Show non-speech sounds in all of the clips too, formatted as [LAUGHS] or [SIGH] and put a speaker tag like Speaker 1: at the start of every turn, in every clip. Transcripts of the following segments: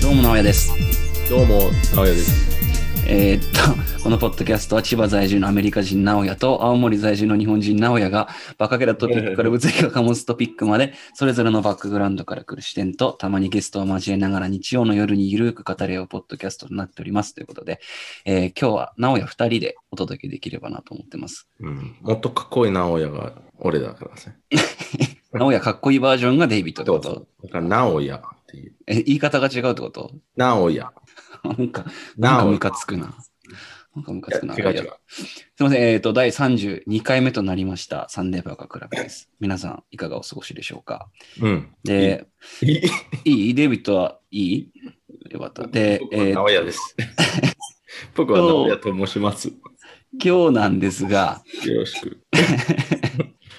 Speaker 1: どうも直哉です。
Speaker 2: どうも、直哉です。
Speaker 1: えーっと、このポッドキャストは千葉在住のアメリカ人直哉と青森在住の日本人直哉がバカげたトピックから物理が醸すトピックまでそれぞれのバックグラウンドから来る視点とたまにゲストを交えながら日曜の夜にゆるく語り合うポッドキャストとなっておりますということで、えー今日は直哉2人でお届けできればなと思ってます。
Speaker 2: うん。もっとかっこいい直哉が俺だからね。
Speaker 1: 直哉かっこいいバージョンがデイビッドってこと
Speaker 2: だから、直哉っていう。
Speaker 1: え言い方が違うってこと [LAUGHS]
Speaker 2: 直哉。
Speaker 1: なんか、なんか
Speaker 2: 直
Speaker 1: ム
Speaker 2: 哉
Speaker 1: カつくな。なんかムカつくな。
Speaker 2: いや違う違う。
Speaker 1: すみません、えっ、と、第32回目となりました、サンデーバーガークラブです。皆さん、いかがお過ごしでしょうか
Speaker 2: うん。
Speaker 1: で、
Speaker 2: いい
Speaker 1: いいデイビッドはいいよかった。で、
Speaker 2: [LAUGHS] 僕
Speaker 1: え
Speaker 2: は
Speaker 1: ー
Speaker 2: 直哉です。 [LAUGHS] 僕は直哉と申します。
Speaker 1: 今日なんですが、
Speaker 2: よろ
Speaker 1: [LAUGHS]
Speaker 2: しく。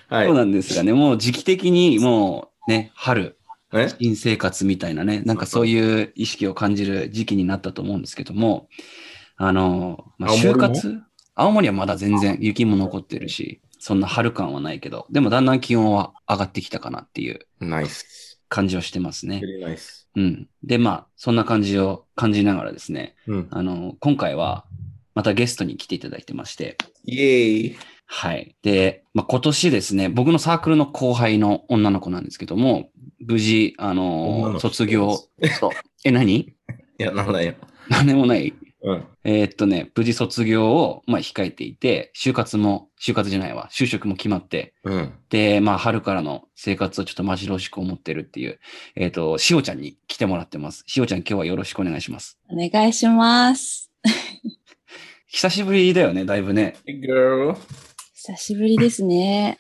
Speaker 2: はい
Speaker 1: 今日。なんですがね、もう時期的にもうね、春、
Speaker 2: え
Speaker 1: 新生活みたいなね、なんかそういう意識を感じる時期になったと思うんですけども、あの、まあ、
Speaker 2: 青森
Speaker 1: 就
Speaker 2: も
Speaker 1: 活青森はまだ全然雪も残ってるし、そんな春感はないけど、でもだんだん気温は上がってきたかなっていう
Speaker 2: ナイス。
Speaker 1: 感じはしてますね
Speaker 2: ベ。リーナイス。
Speaker 1: うん。で、まあ、そんな感じを感じながらですね、
Speaker 2: うん。
Speaker 1: あの、今回は、またゲストに来ていただいてまして、
Speaker 2: イエーイ。
Speaker 1: はい。で、まあ、今年ですね、僕のサークルの後輩の女の子なんですけども、無事、あ
Speaker 2: 女
Speaker 1: の、
Speaker 2: の子
Speaker 1: 卒業。そう。え、何 [LAUGHS]
Speaker 2: いや、なんだよ。
Speaker 1: 何でもない。
Speaker 2: うん。
Speaker 1: えーっとね、無事卒業を、まあ、控えていて、就活も、就活じゃないわ、就職も決まって、
Speaker 2: うん。
Speaker 1: で、まあ、春からの生活をちょっとまじろしく思ってるっていう、えーっと、しおちゃんに来てもらってます。しおちゃん、今日はよろしくお願いします。
Speaker 3: お願いします。
Speaker 1: 久しぶりだよね、だいぶね。 [LAUGHS]
Speaker 2: Girl。
Speaker 3: 久しぶりですね。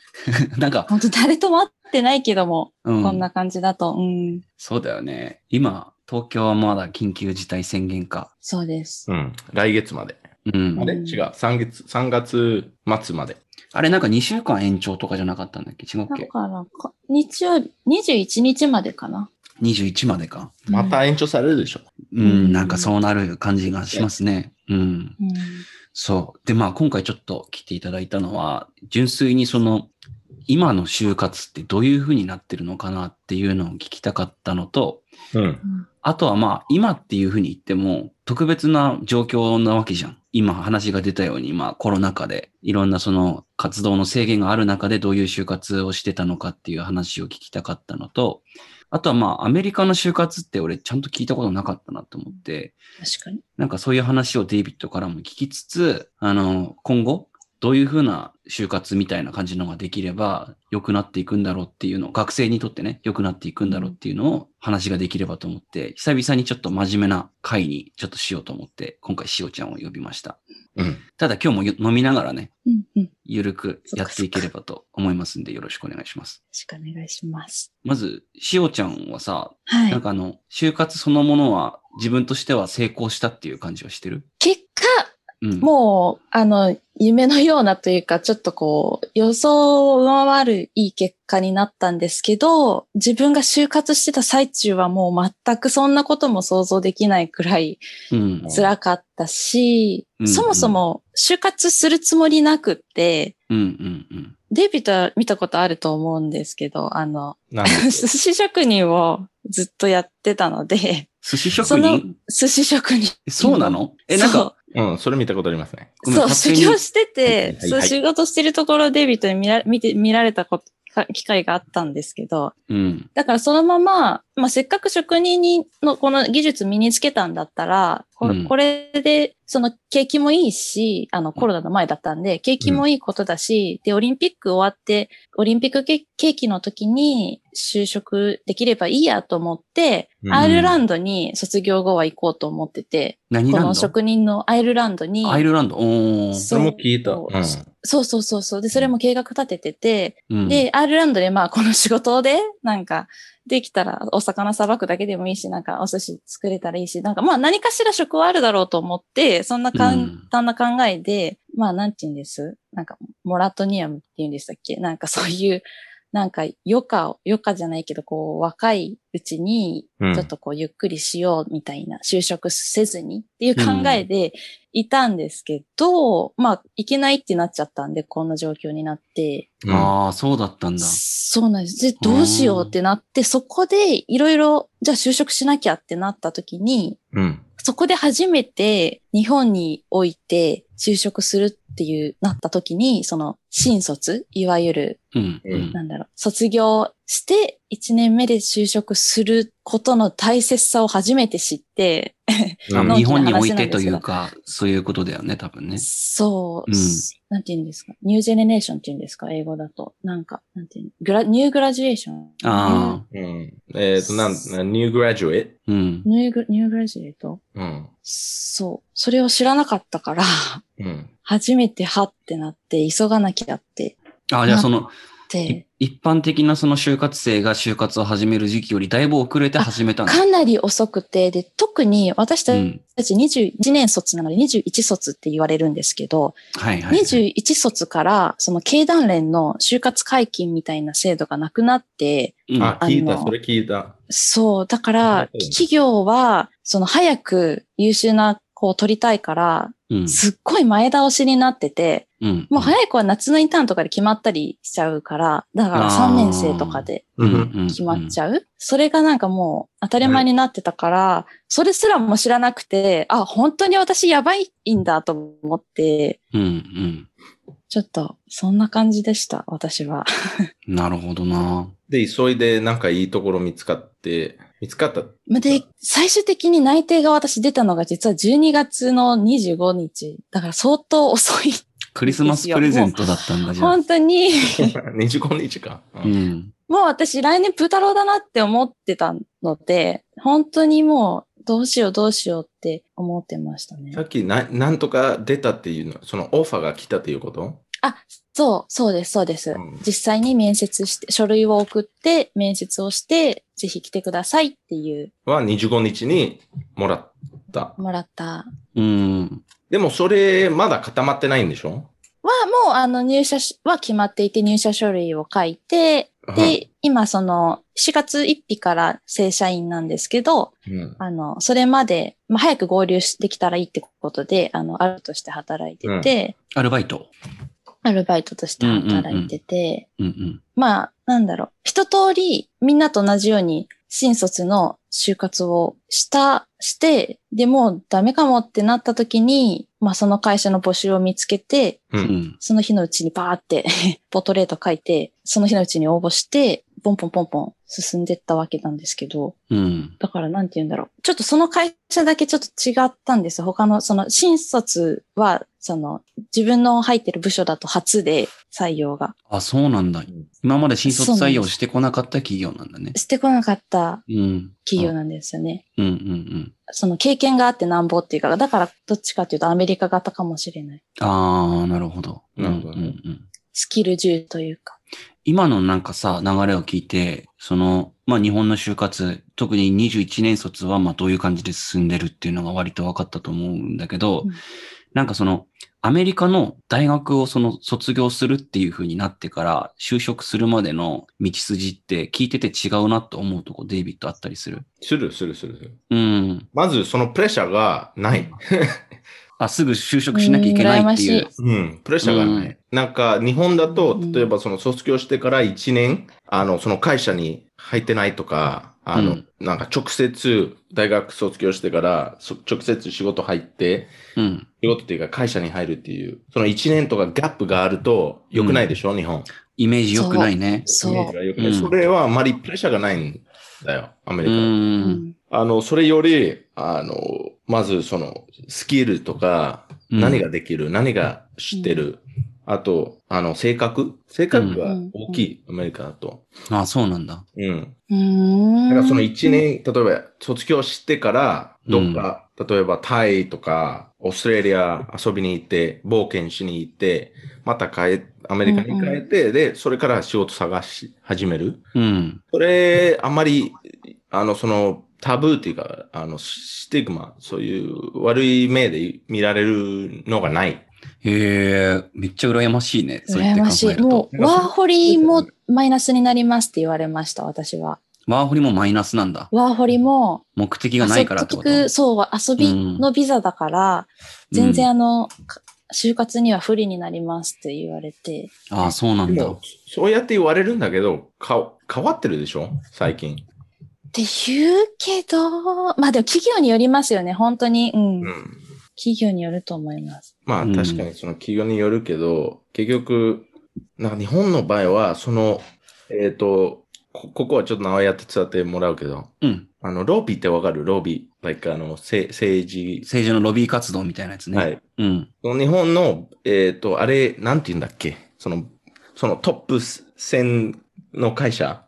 Speaker 1: なんか、
Speaker 3: 本当誰とも会ってないけども、
Speaker 1: うん、
Speaker 3: こんな感じだと。うん。
Speaker 1: そうだよね。今、東京はまだ緊急事態宣言か。
Speaker 3: そうです。
Speaker 2: うん。来月まで。
Speaker 1: うん。
Speaker 2: あ
Speaker 1: あれ
Speaker 2: れ違う。3月、3月末まで。
Speaker 1: なんか2週間延長とかじゃなかったんだっけ違うっ
Speaker 3: だ
Speaker 1: け
Speaker 3: からか、日曜日、21日までかな。
Speaker 1: ?21 までか。
Speaker 2: また延長されるでしょ。
Speaker 1: う、
Speaker 3: うんん
Speaker 1: なんかそうなる感じがしますね。うん。
Speaker 3: うん。
Speaker 1: そう。で、まあ今回ちょっと来ていただいたのは、純粋にその、今の就活ってどういう風になってるのかなっていうのを聞きたかったのと、
Speaker 2: うん。
Speaker 3: うん
Speaker 1: あとはまあ、今っていうふうに言っても、特別な状況なわけじゃん。今話が出たように、まあコロナ禍で、いろんなその活動の制限がある中でどういう就活をしてたのかっていう話を聞きたかったのと、あとはまあ、アメリカの就活って俺ちゃんと聞いたことなかったなと思って、
Speaker 3: 確かに。
Speaker 1: なんかそういう話をデイビッドからも聞きつつ、あの、今後、どういうふうな就活みたいな感じのができれば良くなっていくんだろうっていうのを、学生にとってね、良くなっていくんだろうっていうのを話ができればと思って、久々にちょっと真面目な回にちょっとしようと思って、今回しおちゃんを呼びました。
Speaker 2: うん。
Speaker 1: ただ今日もよ飲みながらね、
Speaker 3: うんうん。よ
Speaker 1: ゆるくやっていければと思いますんで、よろしくお願いします。
Speaker 3: ろしくお願いします。
Speaker 1: まず、しおちゃんはさ、
Speaker 3: はい
Speaker 1: なん。かあの、就活そのものは自分としては成功したっていう感じはしてる
Speaker 3: 結果、
Speaker 1: うん。
Speaker 3: もう、あの、夢のようなというか、ちょっとこう、予想を上回るいい結果になったんですけど、自分が就活してた最中はもう全くそんなことも想像できないくらい
Speaker 1: うん。
Speaker 3: 辛かったし、
Speaker 1: うん
Speaker 3: そもそも就活するつもりなくって、
Speaker 1: うんうんうん。
Speaker 3: デイビッドは見たことあると思うんですけど、あの、
Speaker 2: なんで
Speaker 3: 寿司職人をずっとやってたので、
Speaker 1: 寿司職
Speaker 3: その
Speaker 1: 人
Speaker 3: 寿司職人。
Speaker 1: えそうなのえ、
Speaker 3: そ
Speaker 1: なん
Speaker 3: う
Speaker 1: か、
Speaker 2: うん、それ見たことありますね。
Speaker 1: ごめん
Speaker 3: そう、
Speaker 1: 勝手
Speaker 3: 修
Speaker 1: に
Speaker 3: 行して
Speaker 2: はいはい
Speaker 3: て、そう、
Speaker 2: はい
Speaker 3: 仕事してるところをデイビッドに見ら見て見られたことか機会があったんですけど、
Speaker 1: うん。
Speaker 3: だからそのまま、まあ、せっかく職人にのこの技術身につけたんだったら、こ
Speaker 1: うん
Speaker 3: これで、その景気もいいし、あのコロナの前だったんで、景気もいいことだし、で、オリンピック終わって、オリンピックけ景気の時に就職できればいいやと思って、
Speaker 2: うん
Speaker 3: アイルランドに卒業後は行こうと思ってて、
Speaker 1: 何
Speaker 3: こ
Speaker 1: ラン
Speaker 3: の
Speaker 1: ド
Speaker 3: 職人のアイルランドに、
Speaker 1: アイルランド。おー。
Speaker 2: それも聞いた。うん。
Speaker 3: そうそうそうそう。で、それも計画立ててて、
Speaker 1: うん、
Speaker 3: で、アイルランドでまあこの仕事で、なんか、できたらお魚さばくだけでもいいし、なんかお寿司作れたらいいし、なんかまあ何かしら職はあるだろうと思って、そんな簡単な考えで、まあなんて言うんですなんか、モラトニアムって言うんでしたっけなんかそういう、なんか余暇を、余暇じゃないけど、こう、若いうちに、
Speaker 2: うん
Speaker 3: ちょっとこう、ゆっくりしようみたいな、就職せずにっていう考えでいたんですけど、まあ、いけないってなっちゃったんで、こんな状況になって、
Speaker 2: あ
Speaker 1: ああ、そうだったんだ。
Speaker 3: そうなんです。で、どうしようってなって、そこでいろいろ、じゃあ就職しなきゃってなった時に、
Speaker 2: うん。
Speaker 3: そこで初めて日本において就職するっていうなった時に、その新卒、いわゆる、
Speaker 1: うん。
Speaker 2: う
Speaker 1: うんん。
Speaker 3: なんだろう、卒業して1年目で就職することの大切さを初めて知って、
Speaker 1: あ
Speaker 3: のんきな話な
Speaker 1: 日
Speaker 3: んですが
Speaker 1: 本においてというか、そういうことだよね、多分ね。
Speaker 3: そ
Speaker 1: う
Speaker 3: う、
Speaker 1: ん
Speaker 3: なんて言うんですか、ニュージェネレーションって言うんですか、英語だと。なんか、なんて言うのグラ、ニューグラジュエーション。
Speaker 1: ああ、
Speaker 2: うん。えっ、と、なん、ニューグラジュエッ
Speaker 1: うん。
Speaker 3: ニューグニューグラジュエート
Speaker 2: トうん。
Speaker 3: そう。それを知らなかったから、 [LAUGHS]
Speaker 2: うん。
Speaker 3: 初めてはってなって、急がなきゃって、
Speaker 1: ああ、じゃあその、
Speaker 3: で
Speaker 1: い、一般的なその就活生が就活を始める時期よりだいぶ遅れて始めたんだ。
Speaker 3: かなり遅くて、で、特に私た
Speaker 1: うん。
Speaker 3: ち21年卒なので21卒って言われるんですけど、
Speaker 1: はいはい。
Speaker 3: 21卒から、その経団連の就活解禁みたいな制度がなくなって、
Speaker 1: うん
Speaker 2: あ、聞い
Speaker 3: あ
Speaker 2: た、
Speaker 3: の
Speaker 2: それ聞いた。
Speaker 3: そう、だか
Speaker 2: なる
Speaker 3: ら
Speaker 2: ほど、
Speaker 3: 企業は、その早く優秀な子を取りたいから、
Speaker 1: うん。
Speaker 3: すっごい前倒しになってて、
Speaker 1: うん。
Speaker 3: もう早い子は夏のインターンとかで決まったりしちゃうから、だから
Speaker 1: あー
Speaker 3: 3年生とかで
Speaker 1: うんうんうん
Speaker 3: 決まっちゃう。それがなんかもう当たり前になってたから、それすらも知らなくて、あ、本当に私やばいんだと思って、
Speaker 1: うんうん。
Speaker 3: ちょっとそんな感じでした、私は。
Speaker 1: なるほどな。
Speaker 2: で、急いでなんかいいところ見つかって、見つかった。 [LAUGHS]
Speaker 3: まあで、最終的に内定が私出たのが実は12月の25日。だから相当遅い。
Speaker 1: クリスマスプレゼントだったんだじゃあ。
Speaker 3: 本当に、
Speaker 2: 25日か。
Speaker 1: う
Speaker 2: うん
Speaker 1: ん。
Speaker 3: もう私来年プータローだなって思ってたので、本当にもうどうしようどうしようって思ってましたね
Speaker 2: さ。っきな、なんとか出たっていうの、そのオファーが来たっていうこと
Speaker 3: あ、そう、そうです、そうです。
Speaker 2: うん
Speaker 3: 実際に面接して、書類を送って、面接をして、ぜひ来てくださいっていう、
Speaker 2: は25日にもらった。
Speaker 3: もらった
Speaker 1: うん。
Speaker 2: でもそれまだ固まってないんでしょ
Speaker 3: は、もう、あの、入社しは決まっていて、入社書類を書いて、で、今、その、4月1日から正社員なんですけど、
Speaker 2: うん。
Speaker 3: あの、それまで、まあ、早く合流できたらいいってことで、あの、アルバイトとして働いてて、
Speaker 1: アルバイト。
Speaker 3: アルバイトとして働いてて、
Speaker 1: うんうん。
Speaker 3: まあ、なんだろう、一通り、みんなと同じように、新卒の就活をした、して、でもうダメかもってなった時に、まあ、その会社の募集を見つけて、
Speaker 2: う。
Speaker 1: うんん。
Speaker 3: その日のうちにバーって [LAUGHS] ポートレート書いて、その日のうちに応募して、ポンポンポンポン進んでったわけなんですけど、
Speaker 1: うん。
Speaker 3: だからなんて言うんだろう。ちょっとその会社だけちょっと違ったんです。他の、その新卒は、その自分の入ってる部署だと初で採用が
Speaker 1: あ、そうなんだ。今まで新卒採用してこなかった企業なんだね。
Speaker 3: してこなかった
Speaker 1: うん。
Speaker 3: 企業なんですよね。
Speaker 1: うんうんうん。
Speaker 3: その経験があってなんぼっていうか、だからどっちかっていうとアメリカ型かもしれない。
Speaker 1: ああ、なるほど。
Speaker 2: なるほどね
Speaker 1: うんうんうん
Speaker 3: スキル重というか。
Speaker 1: 今のなんかさ、流れを聞いて、その、まあ日本の就活、特に21年卒はまあどういう感じで進んでるっていうのが割と分かったと思うんだけど、
Speaker 3: うん
Speaker 1: なんかその、アメリカの大学をその卒業するっていう風になってから、就職するまでの道筋って聞いてて違うなと思うとこ、デイビッドあったりする。
Speaker 2: する、する、するする。
Speaker 1: うん。
Speaker 2: まずそのプレッシャーがない。
Speaker 1: あ、すぐ就職しなきゃいけないっていう。
Speaker 2: うん、プレッシャーがない。なんか、日本だと
Speaker 3: う、ん
Speaker 2: 例えばその卒業してから1年、あの、その会社に入ってないとか、あの、
Speaker 1: うん
Speaker 2: なんか直接、大学卒業してから、そ直接仕事入って、
Speaker 1: うん。
Speaker 2: 仕事っていうか会社に入るっていう、その1年とかギャップがあると良くないでしょ、日本。
Speaker 1: イメージ良くないね。
Speaker 3: そ
Speaker 2: イメージ
Speaker 3: う。
Speaker 2: が良くない
Speaker 1: うん
Speaker 2: それはあまりプレッシャーがないんだよ、アメ
Speaker 1: う。
Speaker 2: リカは。
Speaker 3: うんん
Speaker 2: あの、それより、あの、まずその、スキルとか、
Speaker 1: うん
Speaker 2: 何ができる、何が知ってる、あと、あの、性格性格が大きい、アメリカだと。
Speaker 1: あ、そうなんだ。
Speaker 2: うん。
Speaker 3: うーん
Speaker 2: だからその1年、例えば、卒業してから、どっか、例えばタイとか、オーストラリア遊びに行って、冒険しに行って、また帰、アメリカに帰って、で、それから仕事探し始める。
Speaker 1: うん。
Speaker 2: それ、あんまり、あの、その、タブーっていうか、あの、スティグマ、そういう悪い目で見られるのがない。
Speaker 1: へえ、めっちゃ羨ましいね。そうやっ
Speaker 3: 羨
Speaker 1: て考
Speaker 3: まし
Speaker 1: え
Speaker 3: い。
Speaker 1: ると
Speaker 3: も。う、ワーホリもマイナスになりますって言われました、私は。
Speaker 1: ワーホリもマイナスなんだ。
Speaker 3: ワーホリも、
Speaker 1: 目的がないからってこと。
Speaker 3: 遊びそう、遊びのビザだから、
Speaker 1: うん
Speaker 3: 全然あの、か就活には不利になりますって言われて。
Speaker 1: ああ、そうなん
Speaker 2: で
Speaker 1: だ。
Speaker 2: も、そうやって言われるんだけど、か変わってるでしょ最近。
Speaker 3: って言うけど、まあでも企業によりますよね、本当に。うん。
Speaker 2: うん。
Speaker 3: 企業によると思います。
Speaker 2: まあ
Speaker 1: うん
Speaker 2: 確かにその企業によるけど、結局、なんか日本の場合は、その、えっ、とこ、ここはちょっと名前やって伝ってもらうけど、
Speaker 1: うん。
Speaker 2: あの、ロビーってわかるロビー。like あの、政政治。
Speaker 1: 政治のロビー活動みたいなやつね。
Speaker 2: はい。
Speaker 1: うん。
Speaker 2: その日本の、えっ、と、あれ、なんて言うんだっけその、そのトップ線の会社、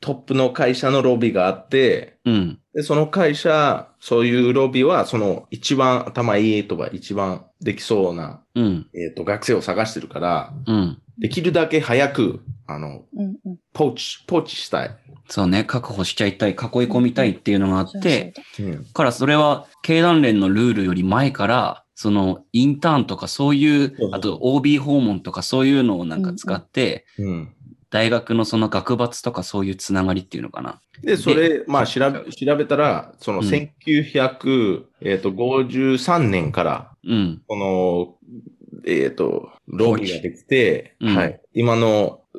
Speaker 2: トップの会社のロビーがあって、
Speaker 1: うん。
Speaker 2: で、その会社、そういうロビーは、その、一番頭いいとか、一番できそうな、
Speaker 1: うん。
Speaker 2: えっ、と、学生を探してるから、
Speaker 1: うん。
Speaker 2: できるだけ早く、あの、
Speaker 3: うんうん。
Speaker 2: ポーチ、ポーチしたい。
Speaker 1: そうね。確保しちゃいたい、囲い込みたいっていうのがあ
Speaker 3: そ
Speaker 1: っ
Speaker 3: うそう
Speaker 1: て、からそれは経団連のルールより前から、そのインターンとかそういう
Speaker 2: そう、
Speaker 1: あと OB 訪問とかそういうのをなんか使って、
Speaker 2: うん。
Speaker 1: 大学のその学閥とかそういうつながりっていうのかな。
Speaker 2: で、それ、まあ、調べ、調べたら、その、
Speaker 1: うん
Speaker 2: 1953年から、
Speaker 1: うん。
Speaker 2: この、えっ、と、ロビーができて、
Speaker 1: うん
Speaker 2: はい。今のう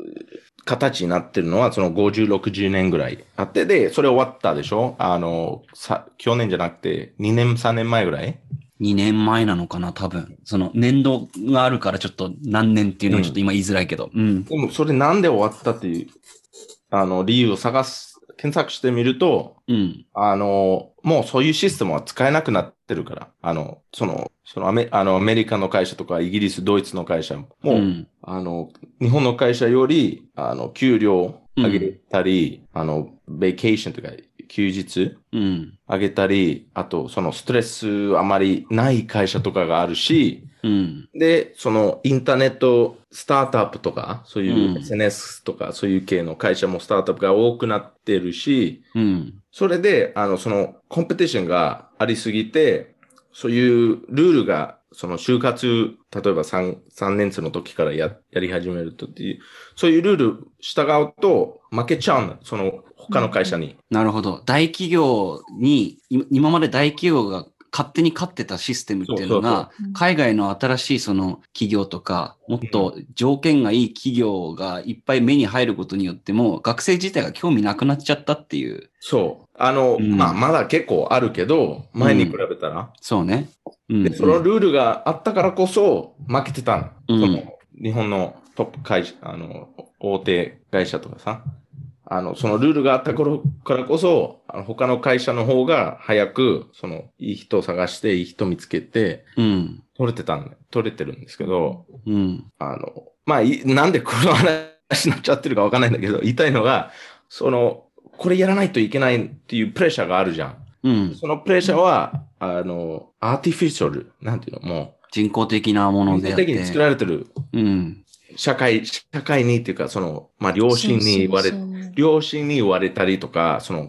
Speaker 2: 形になってるのは、その50、60年ぐらいあって、で、それ終わったでしょあの、さ、去年じゃなくて、2年、3年前ぐらい
Speaker 1: 2年前なのかな、多分。その年度があるからちょっと何年っていうのはちょっと今言いづらいけど。うん。
Speaker 2: でも、それなんで終わったっていう、あの、理由を探す、検索してみると、
Speaker 1: うん。
Speaker 2: あの、もうそういうシステムは使えなくなってるから、あの、その、そのアメあのアメリカの会社とかイギリス、ドイツの会社も、
Speaker 1: う
Speaker 2: う、
Speaker 1: ん。
Speaker 2: あの、日本の会社より、あの、給料上げたり、あの、ベケーションとか、休日
Speaker 1: うん。
Speaker 2: 上げたり、あと、そのストレスあまりない会社とかがあるし、
Speaker 1: うん。
Speaker 2: で、そのインターネットスタートアップとか、そういううん SNS とか、そういう系の会社もスタートアップが多くなってるし、
Speaker 1: うん。
Speaker 2: それで、あの、その、コンペティションがありすぎて、そういうルールが、その、就活、例えば3、三年生の時からや、やり始めるとっていう、そういうルール従うと、負けちゃうんだ。その、他の会社に。
Speaker 1: なるほど。大企業に、い今まで大企業が勝手に勝ってたシステムっていうのが、
Speaker 3: そうそうそう
Speaker 1: 海外の新しいその企業とか、もっと条件がいい企業がいっぱい目に入ることによっても、学生自体が興味なくなっちゃったっていう。
Speaker 2: そう。あの、
Speaker 1: うん
Speaker 2: まあ、まだ結構あるけど、前に比べたら。
Speaker 1: そうね。うん。
Speaker 2: で、そのルールがあったからこそ、負けてたの。
Speaker 1: うん
Speaker 2: その、日本のトップ会社、あの、大手会社とかさ、あの、そのルールがあった頃からこそ、あの他の会社の方が早く、その、いい人を探して、いい人見つけて、
Speaker 1: うん。
Speaker 2: 取れてたんだ取れてるんですけど、
Speaker 1: うん。
Speaker 2: あの、まあ、いなんでこの話になっちゃってるかわかんないんだけど、言いたいのが、その、これやらないといけないっていうプレッシャーがあるじゃん。
Speaker 1: うん。
Speaker 2: そのプレッシャーは、あの、アーティフィシャル、なんていうの、もう、
Speaker 1: 人工的なもの
Speaker 2: 基
Speaker 1: で
Speaker 2: 本
Speaker 1: あって。
Speaker 2: 的に作られてる
Speaker 1: うん。
Speaker 2: 社会、社会にっていうか、その、まあ、両親に言われ、
Speaker 3: そうそうそう
Speaker 2: 両親に言われたりとか、その、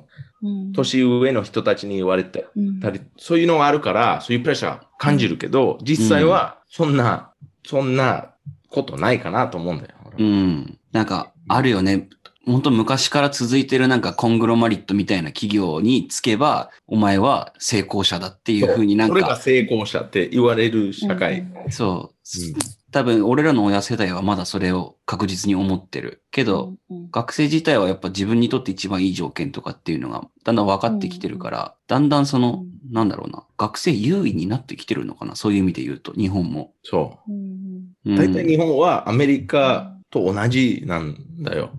Speaker 3: うん
Speaker 2: 年上の人たちに言われて
Speaker 3: うん
Speaker 2: たり、そういうのがあるから、そういうプレッシャー感じるけど、実際は、そんな、そんなことないかなと思うんだよ。
Speaker 1: うん。なんか、あるよね。本当昔から続いてるなんかコングロマリットみたいな企業につけば、お前は成功者だっていうふうになん
Speaker 2: それが
Speaker 1: か、
Speaker 2: 成功者って言われる社会。
Speaker 3: うん
Speaker 1: そう
Speaker 2: うん
Speaker 1: 多分俺らの親世代はまだそれを確実に思ってる。けど、
Speaker 3: うんうん
Speaker 1: 学生自体はやっぱ自分にとって一番いい条件とかっていうのがだんだん分かってきてるから、だんだんその、なんだろうな、学生優位になってきてるのかな、そういう意味で言うと、日本も。
Speaker 2: そ
Speaker 3: うん
Speaker 1: う
Speaker 2: う。
Speaker 1: ん
Speaker 2: 大体日本はアメリカと同じなんだよ。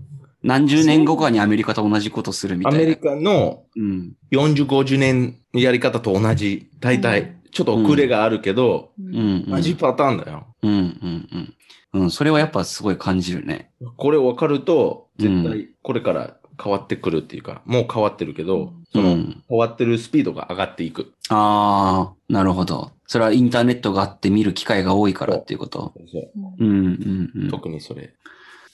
Speaker 1: 何十年後かにアメリカと同じことするみ
Speaker 2: ア
Speaker 1: たいな。
Speaker 2: メリカの
Speaker 1: うん。
Speaker 2: 40、50年のやり方と同じ。大
Speaker 3: う
Speaker 2: 体
Speaker 3: ん、
Speaker 2: ちょっと遅れがあるけど、
Speaker 3: うん
Speaker 1: うん、うん。
Speaker 2: 同じパターンだよ。
Speaker 1: うんうんうん。うん、それはやっぱすごい感じるね。
Speaker 2: これ分かると、絶
Speaker 1: う
Speaker 2: 対これから変わってくるっていうか、もう変わってるけど、
Speaker 1: う
Speaker 2: その
Speaker 1: ん。
Speaker 2: 変わってるスピードが上がっていく。
Speaker 1: ああ、なるほど。それはインターネットがあって見る機会が多いからっていうこと。うんうんうん。
Speaker 2: 特にそれ。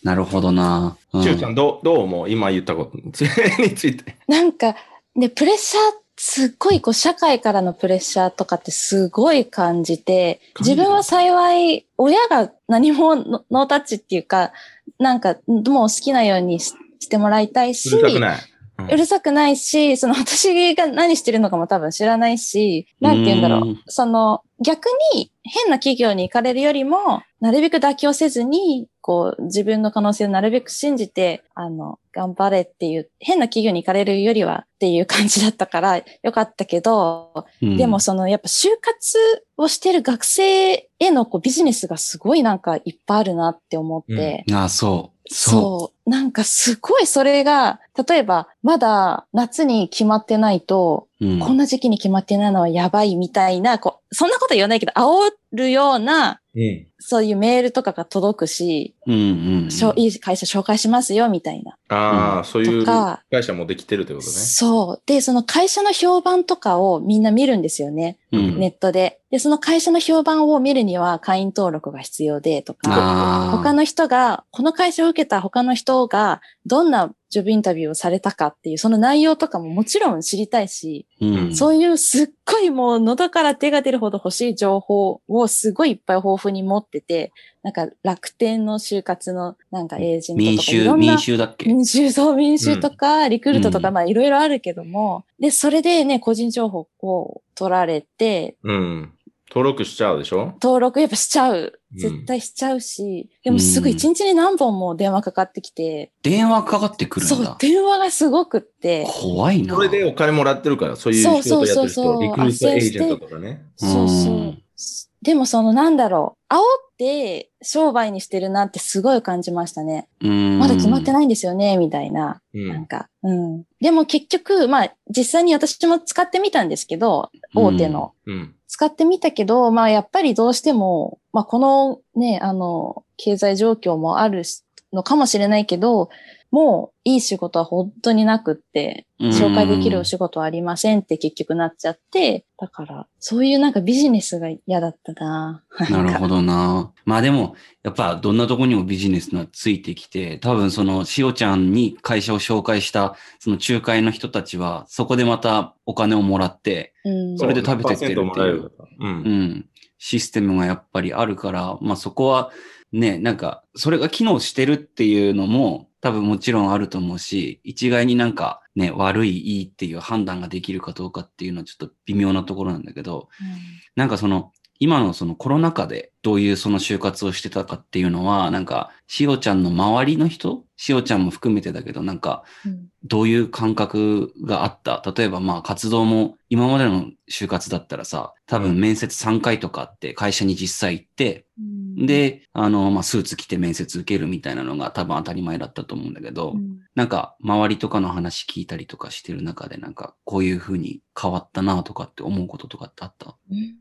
Speaker 1: なるほどな。うん [LAUGHS]
Speaker 2: しゅうちゃん、どう、どう思う今言ったことにつについて。
Speaker 3: なんか、で、プレッシャーっすっごいこう社会からのプレッシャーとかってすごい感じて、
Speaker 2: 感じ
Speaker 3: 自
Speaker 2: る
Speaker 3: 分は幸い親が何もノノータッチっていうか、なんかもう好きなようにししてもらいたいし、
Speaker 2: うるさくない。うん
Speaker 3: うるさくないし、その私が何してるのかも多分知らないし、なんて言うんだろう。
Speaker 1: うん
Speaker 3: その逆に変な企業に行かれるよりも、なるべく妥協せずに、こう自分の可能性をなるべく信じて、あの、頑張れっていう、変な企業に行かれるよりはっていう感じだったからよかったけど、
Speaker 1: うん
Speaker 3: でもそのやっぱ就活をしてる学生へのこうビジネスがすごいなんかいっぱいあるなって思って、
Speaker 2: うん
Speaker 1: ああ、そう。そ
Speaker 3: そう。なんかすごいそれが、例えばまだ夏に決まってない
Speaker 1: う。う
Speaker 3: と、
Speaker 1: ん
Speaker 3: こんな時期に決まってないのはやばいみたいな、こう、そんなこと言わないけど、煽るような、
Speaker 2: うん
Speaker 3: そういうメールとかが届くし、
Speaker 1: うんうん。
Speaker 3: しょいい会社紹介しますよみたいな。
Speaker 2: ああ、そういう
Speaker 3: とか
Speaker 2: 会社もできてるってことね。
Speaker 3: そう。で、その会社の評判とかをみんな見るんですよね。
Speaker 1: うん
Speaker 3: ネットで。で、その会社の評判を見るには会員登録が必要でとか。
Speaker 1: ああ。
Speaker 3: 他の人が、この会社を受けた他の人が、どんなジョブインタビューをされたかっていう、その内容とかももちろん知りたいし、
Speaker 1: うん
Speaker 3: そういうすっごいもう喉から手が出るほど欲しい情報をすごいいっぱい豊富に持ってて、なんか楽天の就活のなんかエージェン
Speaker 1: 民
Speaker 3: トとかい
Speaker 1: 衆、
Speaker 3: ろんな
Speaker 1: 民衆だっけ
Speaker 3: 民衆、そう、民衆とか、リクルートと
Speaker 1: う
Speaker 3: か、
Speaker 1: ん
Speaker 3: まあいろいろあるけども、で、それでね、個人情報を取られて、
Speaker 2: うん。登録しちゃうでしょ
Speaker 3: 登録やっぱしちゃう。
Speaker 2: うん
Speaker 3: 絶対しちゃうし、
Speaker 1: う
Speaker 3: で
Speaker 1: ん
Speaker 3: もすぐ一日に何本も電話かかってきて、
Speaker 1: 電話かかってくるん
Speaker 3: そう
Speaker 1: だ、。
Speaker 3: 電話がすごくって、
Speaker 1: 怖いな。。
Speaker 2: それでお金もらってるから、そういう仕事やってる
Speaker 3: そうそうそ
Speaker 2: 人、
Speaker 3: うそう
Speaker 2: リクルートエージェントとかね。
Speaker 3: そうそううんでもそのなんだろう、煽って商売にしてるなってすごい感じましたね。
Speaker 1: うん。
Speaker 3: まだ決まって
Speaker 1: い。
Speaker 3: ないんですよね、みたいな。
Speaker 2: う
Speaker 3: なん
Speaker 2: ん。
Speaker 3: か、うん。でも結局、まあ実際に私も使ってみたんですけど、大手の。
Speaker 2: うん。
Speaker 3: 使ってみたけど、まあやっぱりどうしても、まあこのね、あの、経済状況もあるしのかもしれないけど、もういい仕事は本当になくって、
Speaker 1: うん
Speaker 3: 紹介できるお仕事はありませんって結局なっちゃって、だから、そういうなんかビジネスが嫌だったな。
Speaker 1: なる
Speaker 3: んか
Speaker 1: ほどな。まあでも、やっぱどんなとこにもビジネスがついてきて、多分そのしおちゃんに会社を紹介したその仲介の人たちは、そこでまたお金をもらって、
Speaker 3: うん。
Speaker 1: それで食べてってるっていう
Speaker 2: 1%もらえるから
Speaker 1: う
Speaker 2: う。
Speaker 1: んん、システムがやっぱりあるから、まあそこはね、なんかそれが機能してるっていうのも多分もちろんあると思うし、一概になんかね、悪い、いいっていう判断ができるかどうかっていうのはちょっと微妙なところなんだけど、なんかその、今のそのコロナ禍でどういうその就活をしてたかっていうのは、なんか、しおちゃんの周りの人しおちゃんも含めてだけど、なんか、
Speaker 3: うん
Speaker 1: どういう感覚があった例えばまあ活動も今までの就活だったらさ、多分面接3回とかあって会社に実際行って、
Speaker 3: うん、
Speaker 1: で、あの、まあスーツ着て面接受けるみたいなのが多分当たり前だったと思うんだけど、
Speaker 3: うん、
Speaker 1: なんか周りとかの話聞いたりとかしてる中でなんかこういう風に変わったなとかって思うこととかってあった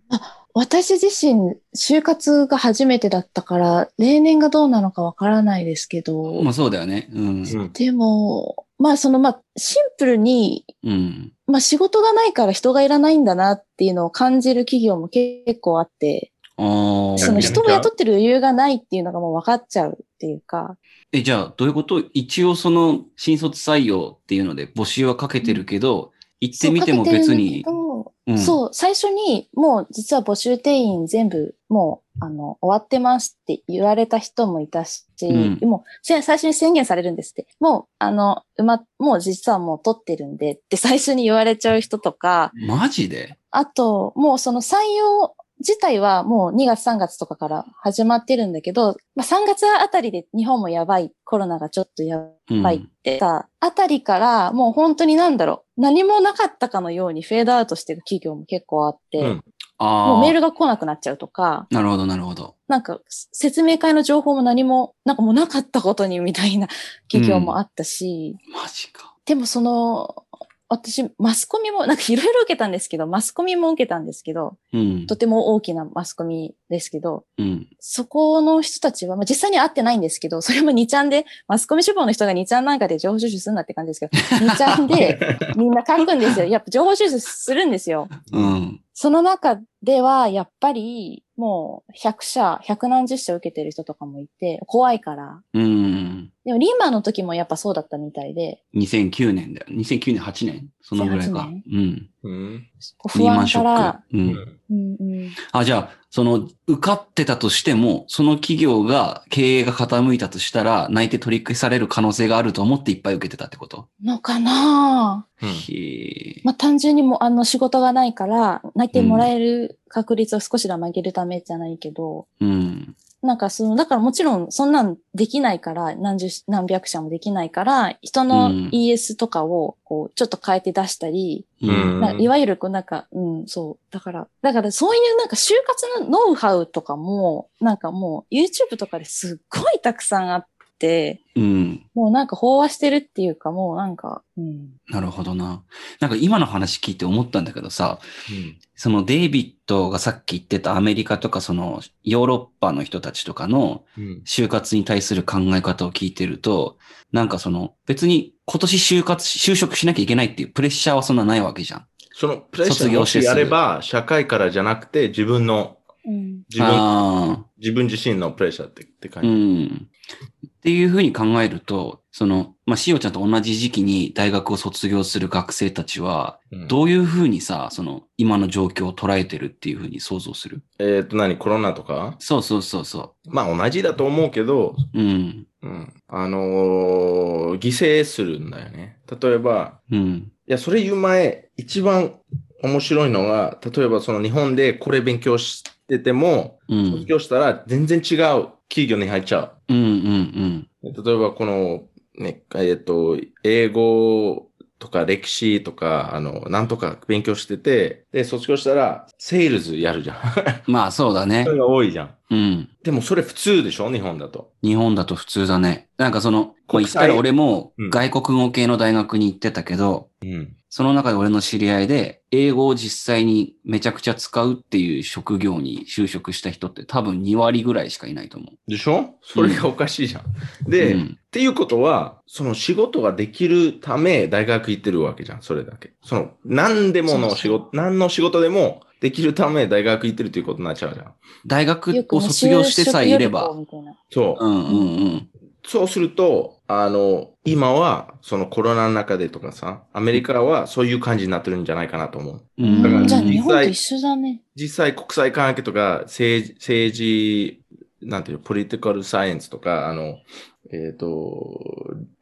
Speaker 3: あ私自身、就活が初めてだったから、例年がどうなのかわからないですけど、
Speaker 1: まあそうだよね。うん。
Speaker 2: うん
Speaker 3: でも、まあそのまあシンプルに、
Speaker 1: うん。
Speaker 3: まあ仕事がないから人がいらないんだなっていうのを感じる企業も結構あって、
Speaker 1: ああ。
Speaker 3: その
Speaker 2: やめちゃう
Speaker 3: 人を雇ってる余裕がないっていうのがもう分かっちゃうっていうか、
Speaker 1: え、じゃあ、どういうこと一応その新卒採用っていうので募集はかけてるけど、行ってみても別に。
Speaker 3: そううんそう、最初にもう実は募集定員全部もうあの終わってますって言われた人もいたし、
Speaker 1: うん
Speaker 3: もうせ最初に宣言されるんですって、もうあの、うま、もう実はもう取ってるんでって最初に言われちゃう人とか、
Speaker 1: マジで
Speaker 3: あと、もうその採用自体はもう2月3月とかから始まってるんだけど、まあ、3月あたりで日本もやばい、コロナがちょっとや
Speaker 1: うん
Speaker 3: ばいってたあたりから、もう本当になんだろう、何もなかったかのようにフェードアウトしてる企業も結構あって、
Speaker 2: うん
Speaker 1: ああ。
Speaker 3: もうメールが来なくなっちゃうとか、
Speaker 1: なるほど、なるほど。
Speaker 3: なんか説明会の情報も何も、なんかもうなかったことにみたいな [LAUGHS] 企業もあったし、
Speaker 1: マジか。
Speaker 3: でもその、私、マスコミも、なんかいろいろ受けたんですけど、マスコミも受けたんですけど、
Speaker 1: うん
Speaker 3: と。ても大きなマスコミですけど、
Speaker 1: うん。
Speaker 3: そこの人たちは、まあ、実際に会ってないんですけど、それも2ちゃんで、マスコミ志望の人が2ちゃんなんかで情報収集するなって感じです
Speaker 1: [LAUGHS]
Speaker 3: けど、2ちゃんでみんな書くんですよ。やっぱ情報収集するんですよ。
Speaker 1: うん。
Speaker 3: その中では、やっぱり、もう100社、100何十社受けてる人とかもいて、怖いから。
Speaker 1: うん。
Speaker 3: でも、リーマンの時もやっぱそうだったみたいで、
Speaker 1: 2009年だよ。2009年、8年そのぐらいか。
Speaker 3: 18
Speaker 1: うん。
Speaker 2: うん。
Speaker 3: こう
Speaker 1: リー
Speaker 3: 不
Speaker 1: マン
Speaker 3: 安
Speaker 1: シ
Speaker 3: か
Speaker 1: ョッ
Speaker 3: ら、
Speaker 1: ク。う。
Speaker 2: うんん
Speaker 3: うんうん、
Speaker 1: あ、じゃあ、その、受かってたとしても、その企業が、経営が傾いたとしたら、内定取り消される可能性があると思っていっぱい受けてたってこと
Speaker 3: のかな
Speaker 2: うん
Speaker 1: へえ。
Speaker 3: まあ単純にもうあの仕事がないから、内定もらえる確率を少しでも上げるためじゃないけど、
Speaker 1: うん。
Speaker 3: なんかその、だからもちろんそんなんできないから、何十、何百社もできないから、人の
Speaker 1: うん
Speaker 3: ES とかをこう、ちょっと変えて出したり、
Speaker 1: うん。
Speaker 3: な
Speaker 2: うん
Speaker 3: いわゆるこうなんか、うん、そう。だから、だからそういうなんか就活のノウハウとかも、なんかもう YouTube とかですっごいたくさんあって、
Speaker 1: うん。
Speaker 3: もうなんか飽和してるっていうか、もうなんか、うん。
Speaker 1: なるほどな。なんか今の話聞いて思ったんだけどさ、そのデイビッドがさっき言ってたアメリカとかそのヨーロッパの人たちとかの
Speaker 2: うん。
Speaker 1: 就活に対する考え方を聞いてると、なんかその別に今年就活、就職しなきゃいけないっていうプレッシャーはそんなないわけじゃん。
Speaker 2: そのプレッシャ
Speaker 1: 卒
Speaker 2: ー
Speaker 1: 業
Speaker 2: を
Speaker 1: してすぐ
Speaker 2: やれば、社会からじゃなくて、自分の、
Speaker 3: うん。
Speaker 2: 自分、
Speaker 1: あ
Speaker 2: 自分自身のプレッシャーってって
Speaker 1: あ
Speaker 2: 感
Speaker 1: ー、う
Speaker 2: じ。
Speaker 1: ん。っていうふうに考えると、その、まあ、しおちゃんと同じ時期に大学を卒業する学生たちは、
Speaker 2: うん
Speaker 1: どういうふうにさ、その、今の状況を捉えてるっていうふうに想像する
Speaker 2: えっと、何コロナとか
Speaker 1: そうそうそうそ
Speaker 2: まあ同じだと思うけど、
Speaker 1: う。うん。
Speaker 2: うん。あのー、犠牲するんだよね。例えば、
Speaker 1: うん。
Speaker 2: いや、それ言う前、一番面白いのが、例えばその日本でこれ勉強してても、
Speaker 1: うん。うん
Speaker 2: 勉強したら全然違う企業に入っちゃう。
Speaker 1: うんうん
Speaker 2: 例えばこの、ね、えっと、英語とか歴史とか、あの、なんとか勉強してて、で、卒業したら、セールスやるじゃん。
Speaker 1: うん。まあそうだね
Speaker 2: [LAUGHS] そ。れが多いじゃん。
Speaker 1: うん。
Speaker 2: でもそれ普通でしょ日本だと。
Speaker 1: 日本だと普通だね。なんかその、まあ、
Speaker 2: 国
Speaker 1: 言っ
Speaker 2: 際
Speaker 1: たら俺も
Speaker 2: うん
Speaker 1: 外国語系の大学に行ってたけど、
Speaker 2: うん。
Speaker 1: その中で俺の知り合いで、英語を実際にめちゃくちゃ使うっていう職業に就職した人って多分2割ぐらいしかいないと思う。
Speaker 2: でしょそれがおかしいじゃん。で、
Speaker 1: う
Speaker 2: っ
Speaker 1: ん
Speaker 2: ていうことは、その仕事ができるため大学行ってるわけじゃん。それだけ。その、何でもの仕
Speaker 3: そう
Speaker 2: 事、何の仕事でもできるため大学行ってるっていうことになっちゃうじゃん。
Speaker 1: 大
Speaker 3: よ
Speaker 1: 学
Speaker 3: く
Speaker 1: を卒業してさえいれば、
Speaker 3: 就職予備校みたいな
Speaker 2: そう。
Speaker 1: うんうんうん。
Speaker 2: そうすると、あの、今は、そのコロナの中でとかさ、アメリカはそういう感じになってるんじゃないかなと思う。
Speaker 1: うん
Speaker 2: だから
Speaker 3: じゃあ
Speaker 2: 実際
Speaker 3: 日本と一緒だね。
Speaker 2: 実際国際関係とか、政治、政治、なんていうの、ポリティカルサイエンスとか、あの、えっ、と、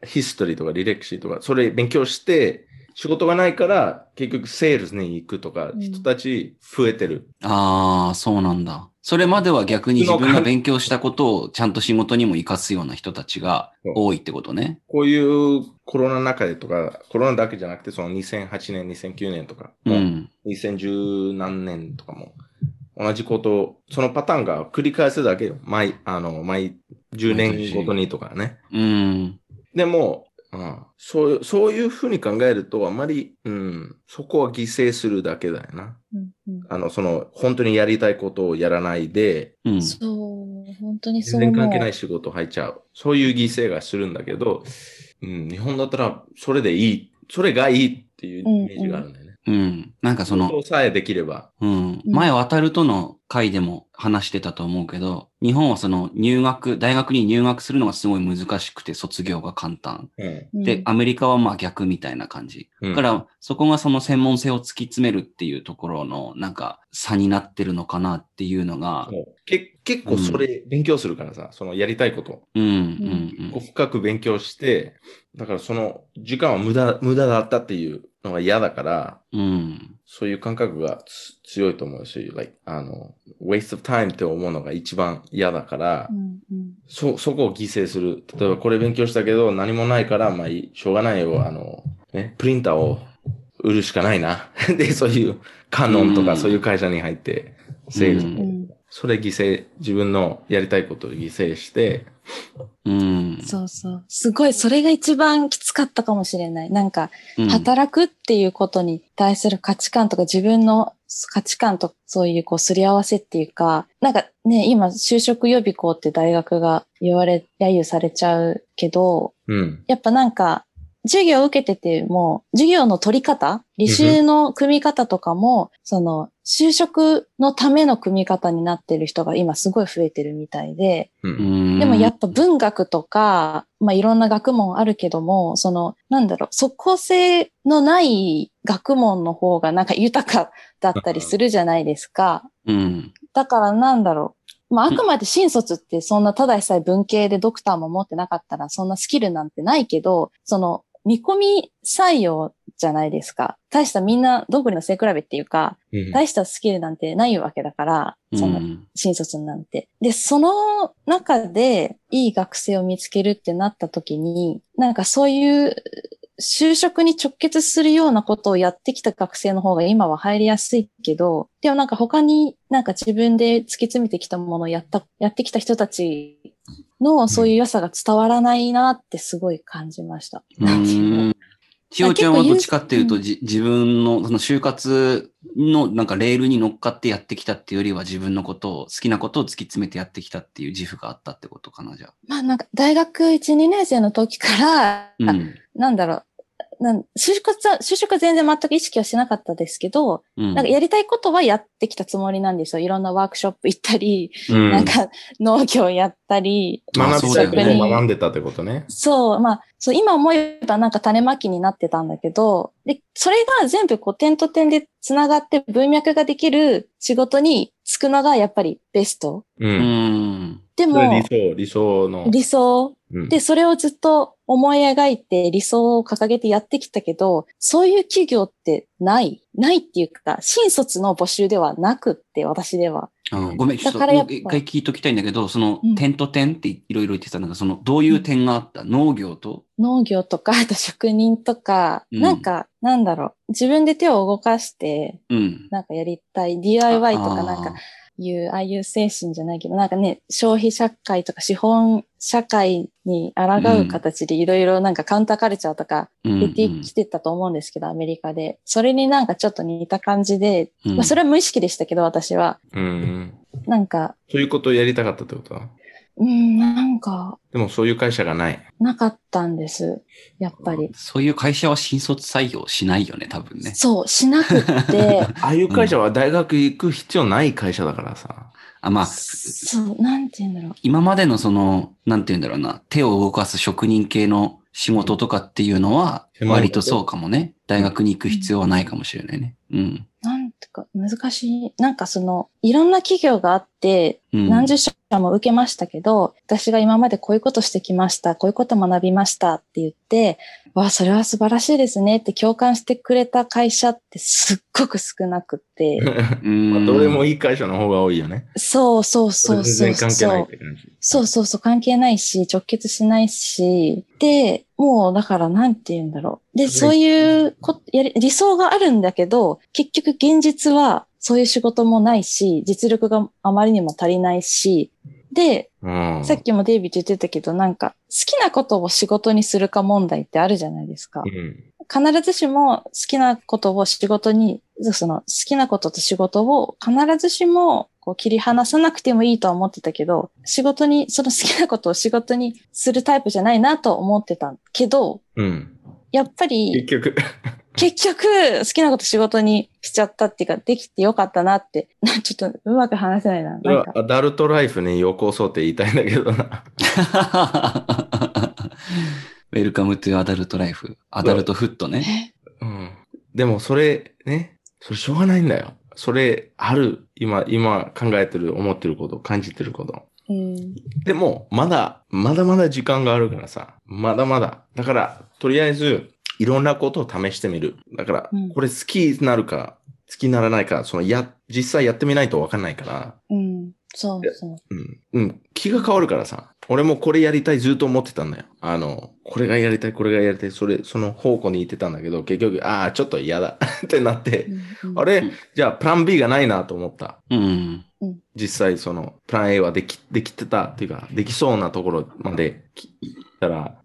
Speaker 2: ヒストリーとか履歴史とか、それ勉強して、仕事がないから、結局セールスに行くとか
Speaker 3: う、ん
Speaker 2: 人たち増えてる。
Speaker 1: ああ、そうなんだ。それまでは逆に自分が勉強したことをちゃんと仕事にも活かすような人たちが多いってことね。
Speaker 2: こういうコロナの中でとか、コロナだけじゃなくて、その2008年、2009年とか、
Speaker 1: う
Speaker 2: も
Speaker 1: ん。
Speaker 2: 2010何年とかも、同じこと、そのパターンが繰り返すだけよ。毎、あの、毎10年ごとにとかね。
Speaker 1: うん。
Speaker 2: でも、うん、そういう、そういうふうに考えると、あまり、うん、そこは犠牲するだけだよな。
Speaker 3: うんうん
Speaker 2: あの、その、本当にやりたいことをやらないで、
Speaker 1: うん。
Speaker 3: そう、本当にそう
Speaker 2: 全
Speaker 3: 思う。
Speaker 2: 然関係ない仕事入っちゃう。そういう犠牲がするんだけど、うん、日本だったら、それでいい。それがいいっていうイメージがあるんだよね。
Speaker 1: うん。なんかその
Speaker 2: そ、うさえできれば。
Speaker 1: うん、前、渡るとの回でも話してたと思うけど、日本はその入学、大学に入学するのがすごい難しくて、卒業が簡単。
Speaker 2: うん。
Speaker 3: うん
Speaker 1: で、アメリカはまあ逆みたいな感じ。
Speaker 2: う
Speaker 1: だ
Speaker 2: ん
Speaker 1: から、そこがその専門性を突き詰めるっていうところの、なんか、差になってるのかなっていうのが、
Speaker 2: そうけ結構それ勉強するからさ、そのやりたいこと
Speaker 1: うん、うん、うん
Speaker 2: を深く勉強して、だからその時間は無駄、無駄だったっていうのが嫌だから、
Speaker 1: うん。
Speaker 2: そういう感覚がつ強いと思うし、like, あの、waste of time って思うのが一番嫌だから、
Speaker 3: うんうん
Speaker 2: そ、そこを犠牲する。例えばこれ勉強したけど何もないから、まあいい、しょうがないよ、あの、ね、プリンターを売るしかないな。 [LAUGHS] で、そういうカノンと
Speaker 1: うん
Speaker 2: かそういう会社に入って、セールス
Speaker 1: うん
Speaker 3: うん
Speaker 2: それ犠牲、自分のやりたいことを犠牲して、
Speaker 1: うん。
Speaker 3: そうそう。すごい、それが一番きつかったかもしれない。なんか、
Speaker 1: うん
Speaker 3: 働くっていうことに対する価値観とか自分の価値観とそういうこうすり合わせっていうか、なんかね、今就職予備校って大学が言われ、揶揄されちゃうけど、
Speaker 2: うん。
Speaker 3: やっぱなんか授業を受けてても、授業の取り方、履修の組み方とかも、その、就職のための組み方になってる人が今すごい増えてるみたいで、で
Speaker 1: で
Speaker 3: もやっぱ文学とか、まあいろんな学問あるけども、その、なんだろう、即効性のない学問の方がなんか豊かだったりするじゃないですか。
Speaker 1: うん。
Speaker 3: だからなんだろう。まああくまで新卒ってそんなただでさえ文系でドクターも持ってなかったらそんなスキルなんてないけど、その見込み採用じゃないですか。大したみんなどんぐりの背比べっていうか、大したスキルなんてないわけだから、その
Speaker 1: うん
Speaker 3: 新卒なんて。で、その中でいい学生を見つけるってなった時に、なんかそういう就職に直結するようなことをやってきた学生の方が今は入りやすいけど、でもなんか他になんか自分で突き詰めてきたものをやった、やってきた人たちのそういう良さが伝わらないなってすごい感じました。
Speaker 1: うーん千代ちゃんはどっちかっていうと、
Speaker 3: まあ
Speaker 1: じ自分のその就活のなんかレールに乗っかってやってきたっていうよりは自分のことを、好きなことを突き詰めてやってきたっていう自負があったってことかな、じゃあ。
Speaker 3: まあなんか大学1、2年生の時から、
Speaker 1: うん。
Speaker 3: なんだろう、なん就職は、就職は全然全く意識はしなかったですけど、
Speaker 1: うん
Speaker 3: なんかやりたいことはやってきたつもりなんですよ。いろんなワークショップ行ったり、
Speaker 2: うん
Speaker 3: なんか農業やったり。
Speaker 1: まあ
Speaker 2: 学
Speaker 1: そ
Speaker 2: び
Speaker 1: う
Speaker 2: た
Speaker 1: だ
Speaker 2: い
Speaker 1: よ
Speaker 2: こ
Speaker 1: ね
Speaker 2: とを学んでたってことね。
Speaker 3: そう、まあ、そう、今思えばなんか種まきになってたんだけど、で、それが全部こう点と点で繋がって文脈ができる仕事に就くのがやっぱりベスト。
Speaker 2: う。
Speaker 1: うんん。
Speaker 3: で
Speaker 2: それ
Speaker 3: も、
Speaker 2: 理想、理想の。
Speaker 3: 理想
Speaker 2: うん
Speaker 3: で、それをずっと思い描いて理想を掲げてやってきたけど、そういう企業ってない、ないっていうか、新卒の募集ではなくって、私では。
Speaker 1: あのごめん、ちょっと
Speaker 3: だからやっ
Speaker 1: もう
Speaker 3: ぱ
Speaker 1: 一回聞いときたいんだけど、その
Speaker 3: うん
Speaker 1: 点と点っていろいろ言ってたなんかそのどういう点があった農業と
Speaker 3: 農業とか、 [LAUGHS] あと職人とか、
Speaker 1: うん
Speaker 3: なんか、なんだろう、自分で手を動かして、
Speaker 1: うん。
Speaker 3: なんかやりたい、DIY とか
Speaker 1: あ
Speaker 3: なんか
Speaker 1: あ、
Speaker 3: いう、ああいう精神じゃないけど、なんかね、消費社会とか資本社会に抗う形でいろいろなんかカウンターカルチャーとか
Speaker 1: ー
Speaker 3: 出てきてたと思うんですけど、アメリカで。それになんかちょっと似た感じで、
Speaker 1: うんうん
Speaker 3: まあそれは無意識でしたけど、私は。
Speaker 2: うん。
Speaker 3: なんか、
Speaker 2: そういうことをやりたかったってこと
Speaker 3: うん、なんか、
Speaker 2: でもそういう会社がない。
Speaker 3: なかったんです。やっぱり。
Speaker 1: そういう会社は新卒採用しないよね、多分ね。
Speaker 3: そう、しな
Speaker 1: [LAUGHS]
Speaker 3: くって、
Speaker 2: ああいう会社は大学行く必要ない会社だからさ。
Speaker 1: あまあ、
Speaker 3: そう、なんて言うんだろう。
Speaker 1: 今までのその、なんて言うんだろうな、手を動かす職人系の仕事とかっていうのは、
Speaker 2: 狭い
Speaker 1: 割とそうかもね。大学に行く必要はないかもしれないね。うん。
Speaker 3: なんてか、難しい。なんかその、いろんな企業があって、
Speaker 1: うん、
Speaker 3: 何十社も受けましたけど、私が今までこういうことしてきました、こういうこと学びましたって言って、わあ、それは素晴らしいですねって共感してくれた会社ってすっごく少なくって、
Speaker 2: [LAUGHS]
Speaker 1: うん
Speaker 2: まあ、どれ
Speaker 1: [LAUGHS]
Speaker 2: もいい会社の方が多いよね。
Speaker 3: そうそうそうそう
Speaker 2: 全然関係ない
Speaker 3: そ
Speaker 2: っ
Speaker 3: う。
Speaker 2: て感じ。
Speaker 3: そうそうそう、関係ないし、直結しないし、で、もうだからなんて言うんだろう。で、そういうこやり理想があるんだけど、結局現実はそういう仕事もないし、実力があまりにも足りないし、で、
Speaker 2: うん。
Speaker 3: さっきもデイビッド言ってたけど、なんか、好きなことを仕事にするか問題ってあるじゃないですか。
Speaker 2: うん。
Speaker 3: 必ずしも好きなことを仕事に、その好きなことと仕事を必ずしもこう切り離さなくてもいいとは思ってたけど、仕事に、その好きなことを仕事にするタイプじゃないなと思ってたけど、
Speaker 2: うん。
Speaker 3: やっぱ
Speaker 2: 結
Speaker 3: り
Speaker 2: 局。
Speaker 3: 結局好きなこと仕事にしちゃったっていうか、できてよかったなって、なちょっとうまく話せないな。
Speaker 2: そ
Speaker 3: な
Speaker 2: れ
Speaker 3: ん
Speaker 2: は
Speaker 3: か
Speaker 2: アダルトライフによこそうって言いたいんだけどな。
Speaker 1: ウェルカムトゥアダルトライフ。アダルトフットね。
Speaker 2: うん。でもそれね、それしょうがないんだよ。それある、今、今考えてる、思ってること、感じてること。
Speaker 3: うん、
Speaker 2: でも、まだ、まだまだ時間があるからさ。まだまだ。だから、とりあえず、いろんなことを試してみる。だから
Speaker 3: うん、
Speaker 2: これ好きになるか、好きにならないか、その、や、実際やってみないとわかんないから、
Speaker 3: うん、そうそう。
Speaker 2: うん。うん。気が変わるからさ。俺もこれやりたいずっと思ってたんだよ。あの、これがやりたい、これがやりたい、それ、その方向に行ってたんだけど、結局、ああ、ちょっと嫌だってなって、
Speaker 3: うん
Speaker 1: う
Speaker 2: あ
Speaker 1: ん
Speaker 2: れ、じゃあ、プラン B がないなと思った。
Speaker 1: うん。
Speaker 2: 実際そのプラン A はでき、できてたっていうか、できそうなところまで来たら、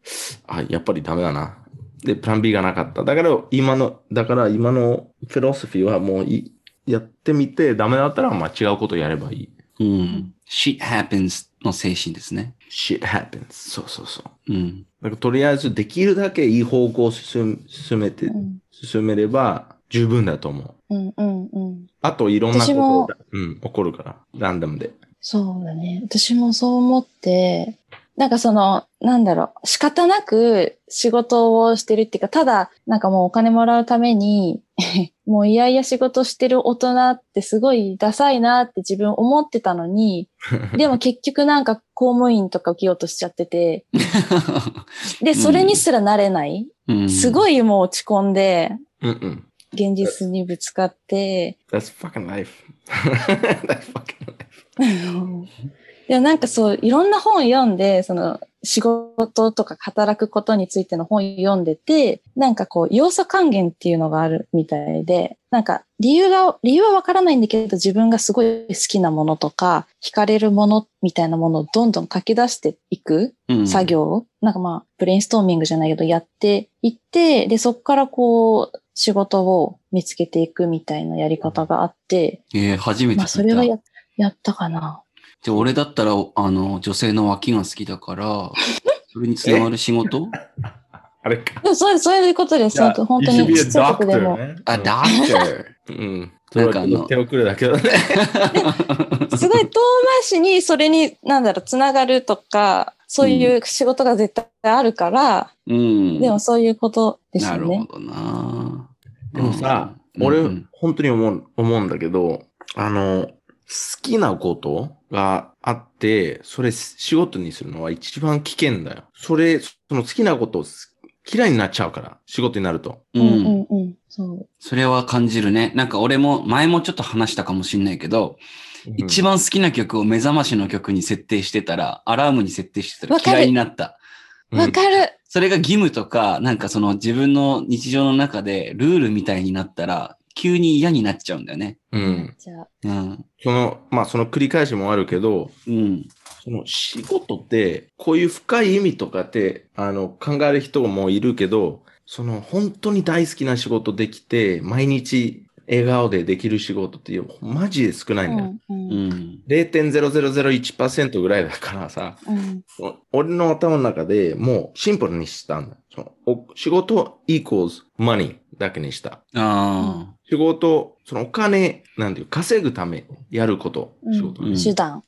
Speaker 2: あ、やっぱりダメだな。で、プラン B がなかった。だから今の、だから今のフィロソフィーはもういやってみてダメだったら、まあ違うことやればいい。
Speaker 1: うん。shit happens の精神ですね。
Speaker 2: shit happens. そうそうそ
Speaker 1: う
Speaker 2: う。
Speaker 1: ん。 [LAUGHS]
Speaker 2: なんかとりあえずできるだけいい方向を進進めて
Speaker 3: う、ん
Speaker 2: 進めれば十分だと思う。
Speaker 3: うんうんうん。
Speaker 2: あといろんなこ
Speaker 3: 私
Speaker 2: と
Speaker 3: も
Speaker 2: が、うん、起こるから、ランダムで。
Speaker 3: そうだね。私もそう思って、なんかその、なんだろう、仕方なく仕事をしてるっていうか、ただ、なんかもうお金もらうために、 [LAUGHS] もういやいや仕事してる大人ってすごいダサいなって自分思ってたのに、でも結局なんか公務員とか受けようとしちゃってて、で、それにすらなれない、す
Speaker 1: い。
Speaker 3: ごいもう落ち込んで、
Speaker 2: うんうん。
Speaker 3: 現実にぶつかって、
Speaker 2: That's fucking life. [LAUGHS] That's fucking life.
Speaker 3: [LAUGHS] いや、なんかそう、いろんな本読んで、その、仕事とか働くことについての本読んでて、なんかこう、要素還元っていうのがあるみたいで、なんか、理由が、理由はわからないんだけど、自分がすごい好きなものとか、惹かれるものみたいなものをどんどん書き出していく
Speaker 1: うん
Speaker 3: 作。業を、なんかまあ、ブレインストーミングじゃないけど、やっていって、で、そこからこう、仕事を見つけていくみたいなやり方があって、
Speaker 1: えー初めて聞いた。
Speaker 3: まあ、それはや、やったかな。
Speaker 1: で、俺だったら、あの、女性の脇が好きだから、それにつながる仕事
Speaker 2: あれか。
Speaker 3: でもそういう、そういうことです。本当本当
Speaker 2: You should
Speaker 3: に、
Speaker 2: be a
Speaker 3: ちっちゃいとこでも
Speaker 2: doctor。ね
Speaker 1: あ、ダ
Speaker 2: う
Speaker 1: ー
Speaker 2: ん [LAUGHS] うん。
Speaker 1: なんかあの
Speaker 2: 手遅れだけどね。
Speaker 3: すごい遠回しに、それに、なんだろう、つながるとか、そういう仕事が絶対あるから、
Speaker 1: うん。
Speaker 3: でもそういうことです
Speaker 1: な
Speaker 3: よ
Speaker 1: る
Speaker 3: ね。
Speaker 1: ほどな。
Speaker 2: [LAUGHS] でもさ、
Speaker 1: うん
Speaker 2: 俺、
Speaker 1: うん
Speaker 2: 本当に思う思うんだけど、あの、好きなことがあって、それ仕事にするのは一番危険だよ。それ、その好きなことをす嫌いになっちゃうから、仕事になると。
Speaker 1: う
Speaker 3: うんうん
Speaker 1: ん。
Speaker 3: うん。そう。
Speaker 1: それは感じるね。なんか俺も、前もちょっと話したかもしんないけど、一
Speaker 2: 番、
Speaker 1: 番好きな曲を目覚ましの曲に設定してたら、アラームに設定してたら
Speaker 3: わかる
Speaker 1: 嫌いになった。
Speaker 2: うん
Speaker 3: わかる。
Speaker 1: それが義務とか、なんかその自分の日常の中でルールみたいになったら、急に嫌になっちゃうんだよね。
Speaker 2: うん。
Speaker 3: じゃあ、
Speaker 1: うん。
Speaker 2: その、まあ、その繰り返しもあるけど、
Speaker 1: うん。
Speaker 2: その仕事って、こういう深い意味とかって、あの、考える人もいるけど、その本当に大好きな仕事できて、毎日笑顔でできる仕事って、マジで少な
Speaker 3: う
Speaker 2: いんだよ。
Speaker 3: んう
Speaker 1: うんん。
Speaker 2: 0.0001%ぐらいだからさ、
Speaker 3: うん。
Speaker 2: お俺の頭の中でもうシンプルにしたんだ。そのお仕事 equals money だけにした。
Speaker 1: あ
Speaker 2: 仕事、そのお金、なんていう、稼ぐためやること、
Speaker 3: うん
Speaker 2: 仕事。
Speaker 1: うん
Speaker 3: 手段。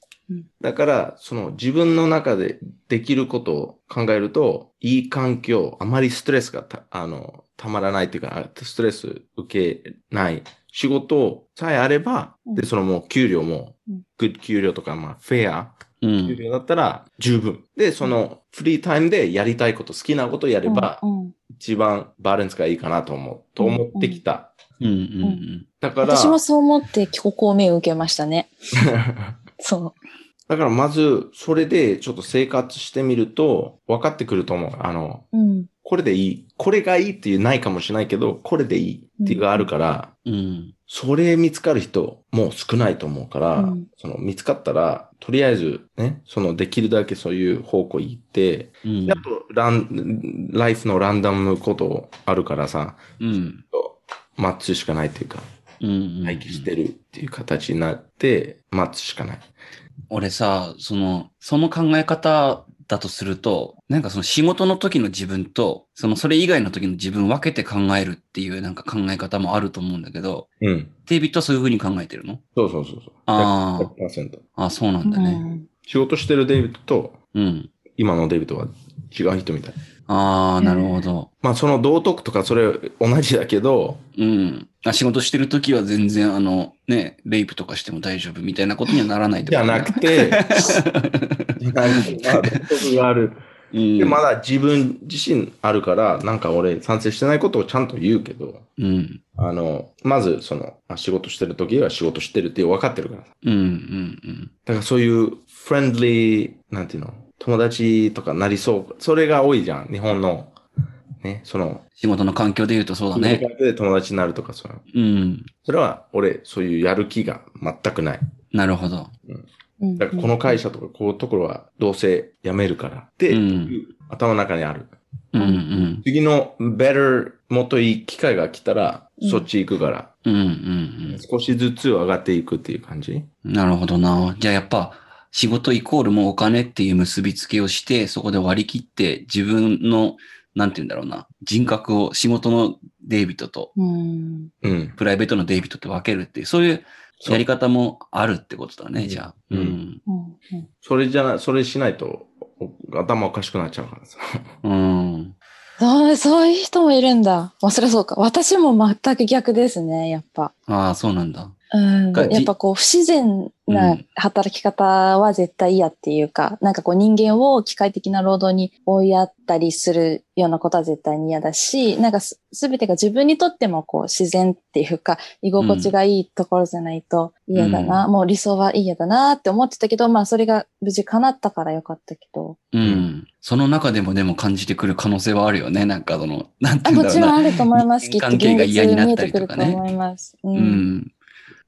Speaker 2: だから、その自分の中でできることを考えると、いい環境、あまりストレスがた、あの、たまらないっていうか、あストレス受けない仕事さえあれば、
Speaker 3: うん
Speaker 2: で、そのもう給料も
Speaker 3: うん、
Speaker 2: グッド給料とか、まあ、フェア、
Speaker 1: あ。う
Speaker 2: 給
Speaker 1: ん。
Speaker 2: 料だったら十分。で、そのフリータイムでやりたいこと、好きなことをやれば、
Speaker 3: うんうん
Speaker 2: 一番バランスがいいかなと思う、と思ってきた。
Speaker 1: うん。うん。
Speaker 2: だから、
Speaker 3: 私もそう思って、ここを目を受けましたね。そ
Speaker 2: だからまず、それでちょっと生活してみると、分かってくると思う。あの、
Speaker 3: う。うん。
Speaker 2: これでいい。これがいいっていうないかもしれないけど、これでいいっていうのがあるから、
Speaker 1: うん。
Speaker 2: それ見つかる人もう少ないと思うから、
Speaker 3: うん
Speaker 2: その見つかったら、とりあえずね、そのできるだけそういう方向行って、
Speaker 1: うん
Speaker 2: であとラン、ライフのランダムことあるからさ、
Speaker 1: うん。
Speaker 2: マッチしかないっていうか、
Speaker 1: うん。
Speaker 2: 待機してるっていう形になって、マッチしかない。
Speaker 1: 俺さ、その、その考え方だとすると、なんかその仕事の時の自分と、そのそれ以外の時の自分分けて考えるっていうなんか考え方もあると思うんだけど、
Speaker 2: うん。
Speaker 1: デイビッドはそういう風に考えてるの
Speaker 2: そうそうそうそう。
Speaker 1: あー
Speaker 2: 100%。
Speaker 1: あ、そうなんだね。
Speaker 2: 仕事してるデイビッドと、
Speaker 1: うん。
Speaker 2: 今のデイビッドは違う人みたい。
Speaker 1: ああ、なるほど。
Speaker 2: まあ、その道徳とかそれ同じだけど、
Speaker 1: うん。あ仕事してる時は全然あの、ね、レイプとかしても大丈夫みたいなことにはならないって
Speaker 2: じ
Speaker 1: こ
Speaker 2: ゃ
Speaker 1: とね
Speaker 2: なくて、なんかまあ道徳がある。
Speaker 1: うん。
Speaker 2: で、まだ自分自身あるから、なんか俺賛成してないことをちゃんと言うけど、
Speaker 1: うん。
Speaker 2: あの、まず、その、あ仕事してる時は仕事してるって分かってるから。
Speaker 1: うん。うん。
Speaker 2: だからそういうフレンドリー、なんていうの、友達とかなりそう。それが多いじゃん、日本の。ね、その、
Speaker 1: 仕事の環境で言うとそうだね。
Speaker 2: で友達になるとかそういうの
Speaker 1: うん。
Speaker 2: それは俺、そういうやる気が全くない。
Speaker 1: なるほど。
Speaker 3: うん
Speaker 2: だからこの会社とかこういうところはどうせ辞めるから。で、
Speaker 1: うん
Speaker 2: 頭の中にある。
Speaker 1: うんうん。
Speaker 2: 次の better、もっといい機会が来たら、
Speaker 3: うん
Speaker 2: そっち行くから、
Speaker 1: うんうんうん。
Speaker 2: 少しずつ上がっていくっていう感じ。
Speaker 1: なるほどな。じゃあやっぱ、仕事イコールもうお金っていう結びつけをして、そこで割り切って自分の、なんて言うんだろうな、人格を仕事のデイビットと
Speaker 3: うん。
Speaker 2: うん。
Speaker 1: プライベートのデイビットって分けるっていう、そういう
Speaker 2: そう
Speaker 1: やり方もあるってことだね、
Speaker 2: うん
Speaker 1: じゃあ。
Speaker 2: うん
Speaker 1: うん。
Speaker 3: うんうん
Speaker 2: それじゃな、それしないと、お頭おかしくなっちゃうからさ。
Speaker 1: うん。
Speaker 3: そう、そういう人もいるんだ。まあ、そりゃそうか。私も全く逆ですね、やっぱ。
Speaker 1: ああ、そうなんだ。
Speaker 3: うん。
Speaker 1: がじ
Speaker 3: やっぱこう、不自然
Speaker 1: う
Speaker 3: なん働き方は絶対嫌っていうか、なんかこう、人間を機械的な労働に追いやったりするようなことは絶対に嫌だし、なんかすべてが自分にとってもこう、自然っていうか、居心地がいいところじゃないと嫌だな、もう理想はいいやだなって思ってたけど、まあ、それが無事叶ったからよかったけど。
Speaker 1: うん。その中でもでも感じてくる可能性はあるよね。なんかその、なんて
Speaker 3: あ
Speaker 1: 言うん
Speaker 3: も
Speaker 1: だろ
Speaker 3: ち
Speaker 1: う
Speaker 3: ろん
Speaker 1: な。
Speaker 3: あると思います。
Speaker 1: 人
Speaker 3: きっと
Speaker 1: 間
Speaker 3: 現
Speaker 1: 関係が嫌に
Speaker 3: 実
Speaker 1: な
Speaker 3: 見
Speaker 1: っ
Speaker 3: え
Speaker 1: たり
Speaker 3: てく
Speaker 1: と
Speaker 3: ると
Speaker 1: かね
Speaker 3: 思います。う。
Speaker 1: うんん。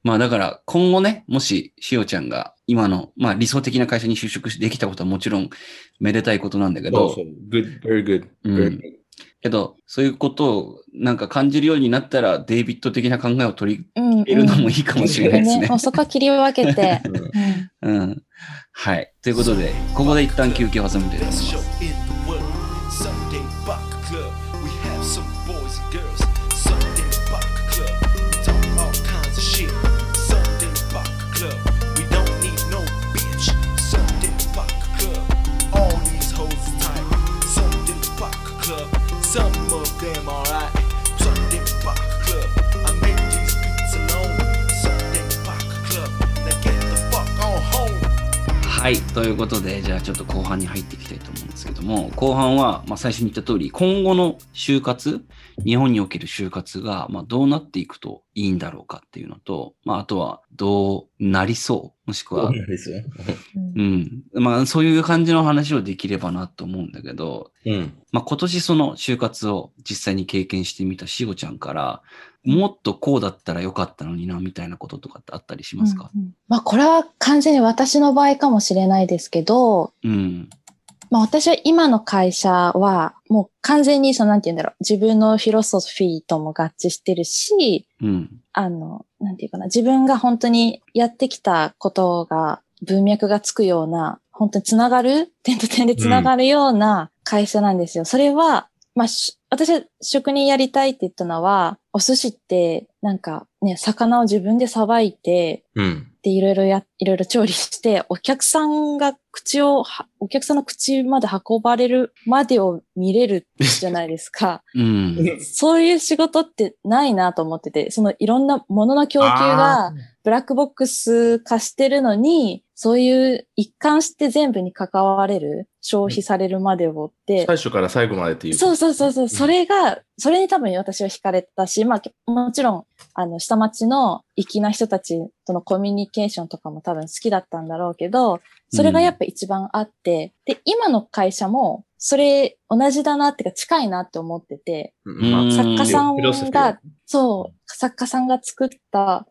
Speaker 1: まあだから今後ね、もししおちゃんが今の、まあ理想的な会社に就職できたことはもちろんめでたいことなんだけど、
Speaker 2: そうそう。good, very good.
Speaker 1: うん
Speaker 2: very good.
Speaker 1: けど、そういうことをなんか感じるようになったら、デイビッド的な考えを取り
Speaker 3: うん、うん
Speaker 1: 入れるのもいいかもしれないですね
Speaker 3: も。うそこは切り分けて。うん
Speaker 1: うん。はい。ということで、ここで一旦休憩を挟みたいと思います。
Speaker 4: Best show in the world. Sunday Baka Club. We have some boys and girls. Sunday Baka Club. Talk all kinds of shit. Sunday Baka Club. We don't need no bitch. Sunday Baka Club. All these hoes is tight. Sunday Baka Club. Some of them alright. Sunday Baka Club. I made these beats alone. Sunday Baka Club. Now get the fuck on home.
Speaker 1: はい。ということで、じゃあちょっと後半に入っていきたいと思うんですけども、後半は、まあ、最初に言った通り、今後の就活、日本における就活が、まあ、どうなっていくといいんだろうかっていうのと、まあ、あとは、どうなりそう、もしくは、うん。まあ、そういう感じの話をできればなと思うんだけど、
Speaker 2: うん。
Speaker 1: まあ、今年その就活を実際に経験してみたしごちゃんから、もっとこうだったらよかったのにな、みたいなこととかってあったりしますか
Speaker 3: うんうんまあこれは完全に私の場合かもしれないですけど、
Speaker 1: うん。
Speaker 3: まあ私は今の会社はもう完全にそのなんて言うんだろう、自分のフィロソフィーとも合致してるし、
Speaker 1: うん。
Speaker 3: あの、なんていうかな、自分が本当にやってきたことが文脈がつくような、本当につながる点と点でつながるような会社なんですよ。それは、まあ、し私は職人やりたいって言ったのは、お寿司って、なんかね、魚を自分でさばいて、
Speaker 2: うん。
Speaker 3: で、いろいろや、いろいろ調理して、お客さんが口をは、お客さんの口まで運ばれるまでを見れるじゃないですか。
Speaker 1: うん。
Speaker 3: そういう仕事ってないなと思ってて、そのいろんなものの供給
Speaker 2: あ
Speaker 3: が
Speaker 2: ー
Speaker 3: ブラックボックス化してるのに、そういう一貫して全部に関われる、消費されるまでをって、
Speaker 2: 最初から最後までっていう。
Speaker 3: そうそうそうそう、それが、それに多分私は惹かれたし、まあもちろん、あの、下町の粋な人たちとのコミュニケーションとかも多分好きだったんだろうけど、それがやっぱ一番あって、で、今の会社も、それ同じだなっていうか近いなって思ってて、
Speaker 2: うん。まあ
Speaker 1: うん
Speaker 3: 作家さん
Speaker 2: フィロソフィー
Speaker 3: が、そう、作家さんが作った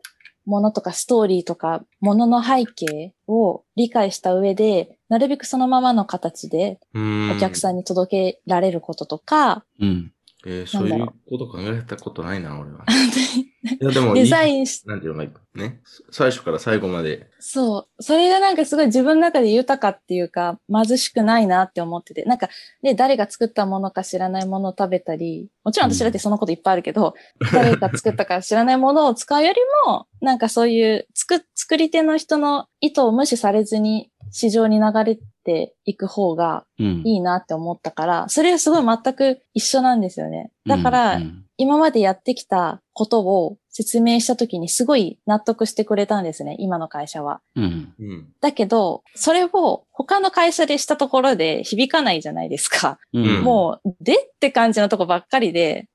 Speaker 3: ものとかストーリーとかものの背景を理解した上で、なるべくそのままの形でお客さ
Speaker 2: ん。
Speaker 3: んに届けられることとか、
Speaker 1: うん。
Speaker 2: えーそうい
Speaker 3: なん
Speaker 2: う
Speaker 3: だ
Speaker 2: こと考えたことないな、俺は。
Speaker 3: [LAUGHS] 本当に
Speaker 2: いや、でも、
Speaker 3: デザ
Speaker 2: ン。
Speaker 3: インし、
Speaker 2: なんていうのか、ね。最初から最後まで。
Speaker 3: そう、それがなんかすごい自分の中で豊かっていうか、貧しくないなって思ってて、なんかね、誰が作ったものか知らないものを食べたり、もちろん私だってそのこといっぱいあるけど、 [LAUGHS] 誰が作ったか知らないものを使うよりも、なんかそういう作、作り手の人の意図を無視されずに市場に流れていく方が
Speaker 1: うん。
Speaker 3: いいなって思ったから、それはすごい全く一緒なんですよね。だから、
Speaker 1: うん
Speaker 3: 今までやってきたことを説明したときにすごい納得してくれたんですね、今の会社は。
Speaker 1: うん。
Speaker 2: うん。
Speaker 3: だけど、それを他の会社でしたところで響かないじゃないですか。
Speaker 1: うん
Speaker 2: うん
Speaker 3: もう、でって感じのとこばっかりで、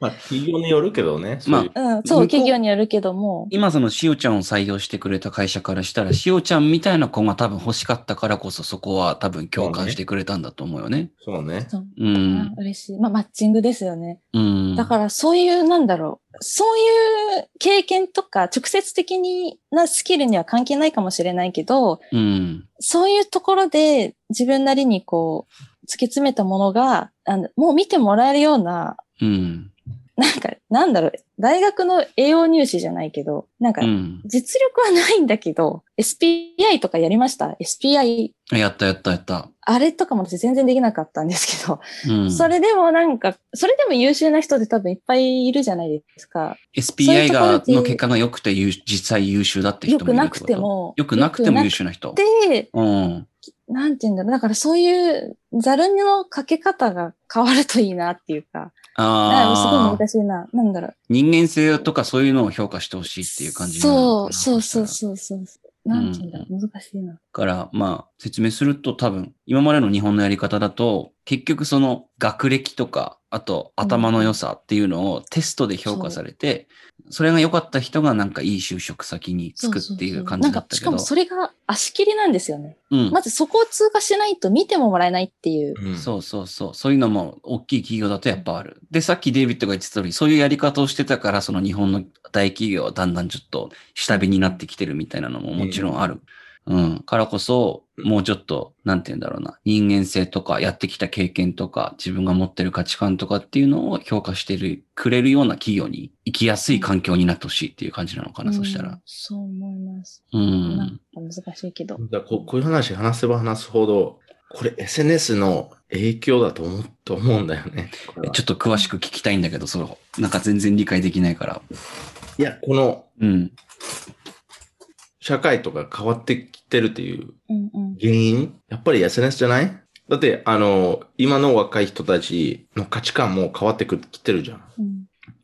Speaker 2: まあ、企業によるけどね。そういう
Speaker 3: うん、そうう、
Speaker 1: ん
Speaker 3: 企業によるけども、
Speaker 1: 今そのしおちゃんを採用してくれた会社からしたら、しおちゃんみたいな子が多分欲しかったからこそそこは多分共感してくれたんだと思うよね。
Speaker 2: そうね。
Speaker 3: そう
Speaker 1: うん。
Speaker 3: 嬉しい。まあ、マッチングですよね。
Speaker 1: うん。
Speaker 3: だから、そういう、なんだろう、そういう経験とか、直接的になスキルには関係ないかもしれないけど、
Speaker 1: うん。
Speaker 3: そういうところで自分なりにこう、突き詰めたものが、あのもう見てもらえるような
Speaker 1: うん。
Speaker 3: なんか、なんだろう、大学の栄養入試じゃないけど、なんか
Speaker 1: う、ん。
Speaker 3: 実力はないんだけど、SPI とかやりました ?SPI、
Speaker 1: やったやったやった。
Speaker 3: あれとかも私全然できなかったんですけど、
Speaker 1: うん、
Speaker 3: それでもなんか、それでも優秀な人で多分いっぱいいるじゃないですか。
Speaker 1: SPI が
Speaker 3: そういうところで
Speaker 1: の結果が良くて優実際優秀だって
Speaker 3: 良
Speaker 1: 人も
Speaker 3: く
Speaker 1: いる
Speaker 3: な
Speaker 1: って
Speaker 3: く
Speaker 1: こと
Speaker 3: て。も。
Speaker 1: 良くなくても優
Speaker 3: 秀。
Speaker 1: 秀な人。
Speaker 3: で、
Speaker 1: うん。
Speaker 3: なんて言うんだろう。だからそういうザルのかけ方が変わるといいなっていうか。なんかすご
Speaker 1: あ
Speaker 3: い
Speaker 1: あ。
Speaker 3: 難しいな。なんだろう。
Speaker 1: 人間性とかそういうのを評価してほしいっていう感じになるの
Speaker 3: そ
Speaker 1: か
Speaker 3: う、
Speaker 1: な
Speaker 3: そうそう
Speaker 1: したら
Speaker 3: そうそう。なんて言うんだろう。難しいな。
Speaker 1: から、まあ、説明すると多分、今までの日本のやり方だと、結局その学歴とか、あと頭の良さっていうのをテストで評価されて、それが良かった人がなんかいい就職先に就くっていう感じだったけ
Speaker 3: そうそうそうなんか、しか
Speaker 1: ど
Speaker 3: も、それが足切りなんですよね。
Speaker 1: うん
Speaker 3: まずそこを通過しないと見てももらえないっていう。
Speaker 2: うん
Speaker 1: そうそうそう。そういうのも大きい企業だとやっぱある。で、さっきデイビッドが言ってた通り、そういうやり方をしてたから、その日本の大企業はだんだんちょっと下火になってきてるみたいなのももちろんある。うん。からこそ、もうちょっと、なんて言うんだろうな。人間性とか、やってきた経験とか、自分が持ってる価値観とかっていうのを評価してる、くれるような企業に行きやすい環境になってほしいっていう感じなのかな、
Speaker 3: うん
Speaker 1: そしたら。。
Speaker 3: そう思います。
Speaker 1: う
Speaker 3: なん
Speaker 1: ん。
Speaker 3: か難しいけど。
Speaker 2: だここういう話話せば話すほど、これ SNS の影響だと思うと思うんだよね。これは
Speaker 1: ちょっと詳しく聞きたいんだけど、その、なんか全然理解できないから。
Speaker 2: いや、この
Speaker 1: うん。
Speaker 2: 社会とか変わってきてるっていう
Speaker 3: うんうん。
Speaker 2: 原因やっぱり SNS じゃないだって、あの、今の若い人たちの価値観も変わってくきてるじゃん。
Speaker 3: うん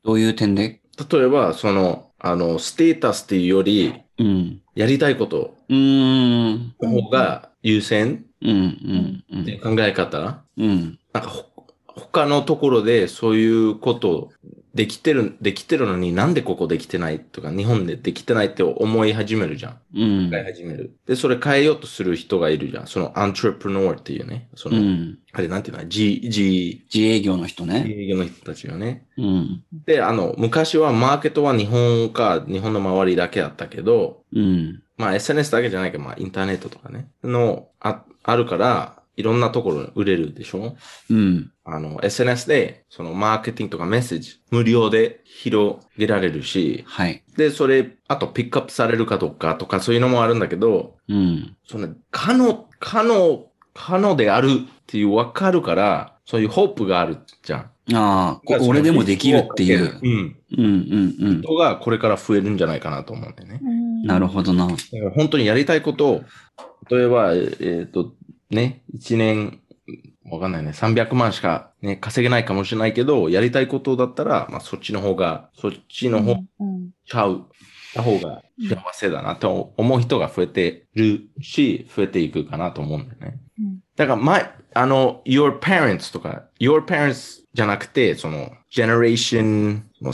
Speaker 1: どういう点で
Speaker 2: 例えば、その、あの、ステータスっていうより、
Speaker 1: うん。
Speaker 2: やりたいこと
Speaker 1: うーん。
Speaker 2: の方が優先
Speaker 1: うんうんう。
Speaker 2: っていうん考え方、
Speaker 1: うん。
Speaker 2: なんかほ他のところでそういうことできてる、できてるのになんでここできてないとか、日本でできてないって思い始めるじゃん。
Speaker 1: うん。
Speaker 2: 考え始める。で、それ変えようとする人がいるじゃん。そのアントレプノーっていうね。そうの、
Speaker 1: ん。
Speaker 2: あれなんていうの ?G、G、
Speaker 1: 自営業の人ね。
Speaker 2: 営業の人たちよね。
Speaker 1: うん。
Speaker 2: で、あの、昔はマーケットは日本か、日本の周りだけだったけど、
Speaker 1: うん。
Speaker 2: まあ SNS だけじゃないけど、まあインターネットとかね、の、あ、あるから、いろんなところに売れるでしょ
Speaker 1: うん。
Speaker 2: あの、SNS で、そのマーケティングとかメッセージ、無料で広げられるし、
Speaker 1: はい。
Speaker 2: で、それ、あとピックアップされるかどうかとか、そういうのもあるんだけど、
Speaker 1: うん。
Speaker 2: その、可能、可能、可能であるっていうわかるから、そういうホープがあるじゃん。
Speaker 1: ああ、こ俺でもできるっていうう。
Speaker 2: ん。
Speaker 1: うんうんうん。
Speaker 2: 人がこれから増えるんじゃないかなと思うんだよね。
Speaker 3: うん
Speaker 1: なるほどな。
Speaker 2: だから本当にやりたいことを、例えば、えっ、えーと、ね、1年、わかんないね、300万しか、ね、稼げないかもしれないけど、やりたいことだったら、まあ、そっちの方が、そっちの方、
Speaker 3: うん
Speaker 2: ちゃう、た方が幸せだなと思う人が増えてるし、増えていくかなと思うんだよね。
Speaker 3: うん
Speaker 2: だから前、あの、your parents とか、your parents じゃなくて、その、generation の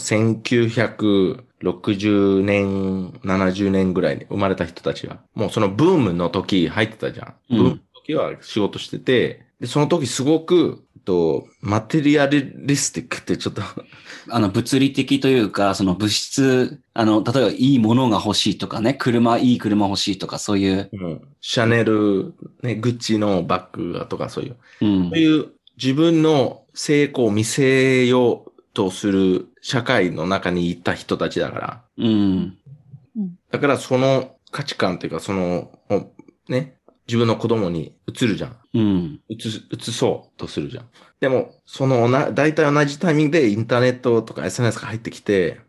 Speaker 2: 1960年、70年ぐらいに生まれた人たちが、もうそのブームの時入ってたじゃ
Speaker 1: う
Speaker 2: ん。
Speaker 1: ん
Speaker 2: ブームの時は仕事してて、で、その時すごく、えっと、マテリアリスティックってちょっと、 [LAUGHS]
Speaker 1: あの、物理的というか、その物質、あの、例えばいいものが欲しいとかね、車、いい車欲しいとか、そういう。
Speaker 2: うんシャネル、ね、グッチのバッグとかそういう、
Speaker 1: うん
Speaker 2: そう。いう自分の成功を見せようとする社会の中にいた人たちだから。
Speaker 1: うん。
Speaker 2: だからその価値観というか、その、もうね、自分の子供に移るじゃん。
Speaker 1: うん。
Speaker 2: 移す、移そうとするじゃん。でも、そのな、大体同じタイミングでインターネットとか SNS が入ってきて、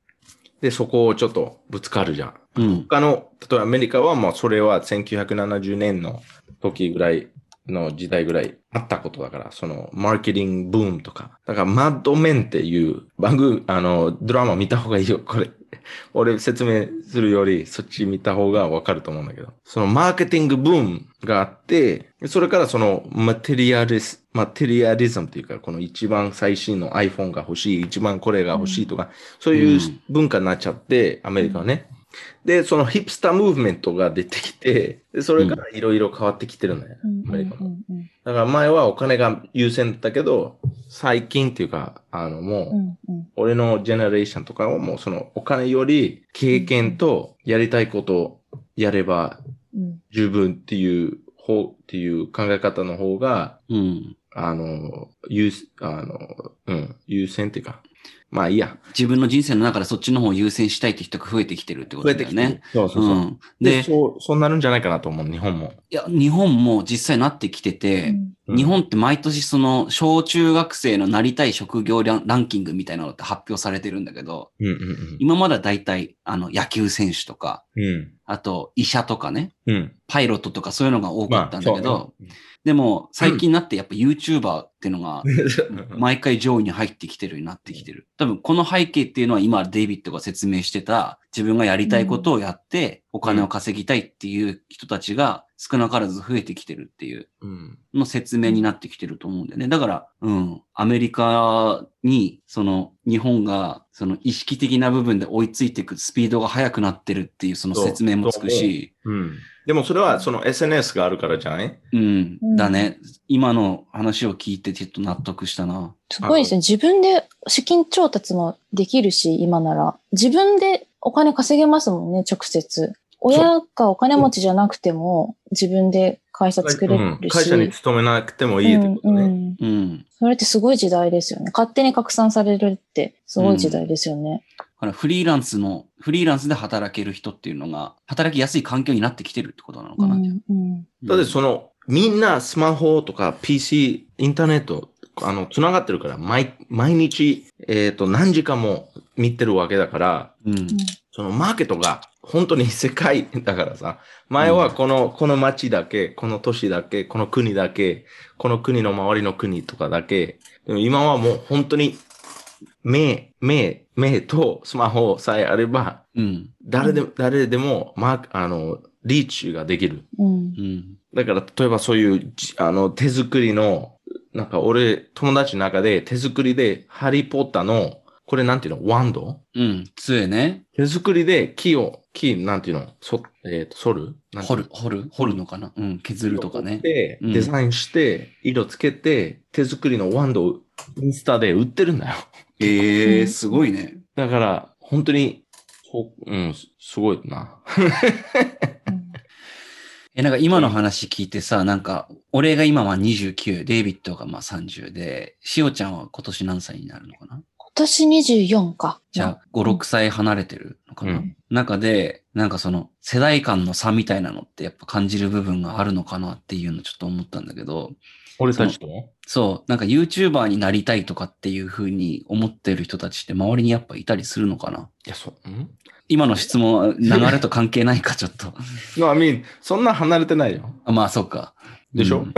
Speaker 2: で、そこをちょっとぶつかるじゃん。
Speaker 1: うん。
Speaker 2: 他の、例えばアメリカはもうそれは1970年の時ぐらいの時代ぐらいあったことだから、そのマーケティングブームとか。だからマッドメンっていう番組、あの、ドラマ見た方がいいよ、これ。俺説明するよりそっち見た方がわかると思うんだけど。そのマーケティングブームがあって、それからそのマテリアリス、マテリアリズムっていうか、この一番最新の iPhone が欲しい、一番これが欲しいとか、そういう文化になっちゃって、アメリカはね。で、そのヒップスタームーブメントが出てきて、でそれからいろいろ変わってきてるんだよね、
Speaker 3: うん
Speaker 2: アメリカ
Speaker 3: う
Speaker 2: も。
Speaker 3: んうん
Speaker 2: だから前はお金が優先だったけど、最近っていうか、あの
Speaker 3: う
Speaker 2: もう、
Speaker 3: んうん
Speaker 2: 俺のジェネレーションとかはもうそのお金より経験とやりたいことをやれば
Speaker 3: うん
Speaker 2: 十分っていう方、っていう考え方の方が、
Speaker 1: うん。
Speaker 2: あの、優、あの、うん、優先っていうか、まあいいや。
Speaker 1: 自分の人生の中でそっちの方を優先したいって人が増えてきてるってこ
Speaker 2: 増
Speaker 1: と
Speaker 2: え
Speaker 1: だ
Speaker 2: て
Speaker 1: よ
Speaker 2: きてる
Speaker 1: ね。。
Speaker 2: そうそう
Speaker 1: う
Speaker 2: そう。
Speaker 1: ん。
Speaker 2: で
Speaker 1: で、
Speaker 2: そう、そうなるんじゃないかなと思う、日本も。
Speaker 1: いや、日本も実際なってきてて、
Speaker 2: うん
Speaker 1: 日本って毎年その小中学生のなりたい職業ランランキングみたいなのって発表されてるんだけど、
Speaker 2: うんうん
Speaker 1: 今までは大体あの野球選手とか、
Speaker 2: うん。うん。
Speaker 1: あと医者とかね、
Speaker 2: うん。
Speaker 1: パイロットとかそういうのが多かったんだけど、
Speaker 2: そうね
Speaker 1: でも最近になってやっぱ YouTuber っていうのが [LAUGHS] 毎回上位に入ってきてるようになってきてる。多分この背景っていうのは今デイビッドが説明してた自分がやりたいことをやってお金を稼ぎたいっていう人たちが少なからず増えてきてるっていう
Speaker 2: うん。
Speaker 1: の説明になってきてると思うんだよね。だから、うん、アメリカにその日本がその意識的な部分で追いついていくスピードが速くなってるっていうその説明もつくし、
Speaker 2: うん。でもそれはその SNS があるからじゃない
Speaker 1: うん
Speaker 3: う、ん
Speaker 1: だね。今の話を聞いてちょっと納得したな。
Speaker 3: すごいですね。自分で資金調達もできるし、今なら。自分でお金稼げますもんね、直接。親がお金持ちじゃなくても、自分で会社作れ
Speaker 2: うん
Speaker 3: るし。
Speaker 2: 会社に勤めなくてもいいってこと
Speaker 3: うんう
Speaker 2: ね。
Speaker 3: ん
Speaker 1: うん。
Speaker 3: それってすごい時代ですよね。勝手に拡散されるってすごい時代ですよね。
Speaker 1: だからフリーランスの、フリーランスで働ける人っていうのが、働きやすい環境になってきてるってことなの
Speaker 3: う
Speaker 1: かな。うん
Speaker 3: んうん
Speaker 2: だってその、みんなスマホとか PC、インターネット、あの、つながってるから、毎、毎日、えっ、と、何時間も見てるわけだから、
Speaker 1: うん。
Speaker 2: そのマーケットが本当に世界だからさ、前はこの、この街だけ、この都市だけ、この国だけ、この国の周りの国とかだけ、でも今はもう本当に目、目、目とスマホさえあれば、
Speaker 1: うん。
Speaker 2: 誰で
Speaker 3: う
Speaker 2: も、誰でも、マーク、あの、リーチができる。
Speaker 3: うん
Speaker 1: うん。
Speaker 2: だから、例えばそういう、じあの、手作りの、なんか俺、友達の中で手作りで、ハリーポッターの、これなんていうのワンド
Speaker 1: うん。杖ね。
Speaker 2: 手作りで木を、木、なんていうのそ、えっ、と、剃るなんて
Speaker 1: 掘
Speaker 2: いうの
Speaker 1: る、掘る、掘るのかな。うん。削るとかね。
Speaker 2: で、
Speaker 1: うん
Speaker 2: デザインして、色つけて、手作りのワンドをインスタで売ってるんだよ。
Speaker 1: え
Speaker 3: うん
Speaker 1: すごいね。
Speaker 2: だから、本当に、そう、うん、すすごいな。
Speaker 3: うん
Speaker 1: え、なんか今の話聞いてさ、なんか、俺が今は29、デイビッドがまあ30で、しおちゃんは今年何歳になるのかな
Speaker 3: 今年24か。
Speaker 1: じゃあ、5、6歳離れてるのかな、
Speaker 2: うん
Speaker 1: 中で、なんかその、世代間の差みたいなのってやっぱ感じる部分があるのかなっていうのちょっと思ったんだけど、
Speaker 2: 俺たちと
Speaker 1: そう、なんか YouTuber になりたいとかっていうふうに思ってる人たちって周りにやっぱいたりするのかない
Speaker 2: や、そう、ん
Speaker 1: 今の質問は流れと関係ないか、ちょっと。
Speaker 2: No, I mean, そんな離れてないよ。
Speaker 1: あまあ、そうか。
Speaker 2: でし
Speaker 1: う
Speaker 2: ょ
Speaker 1: ん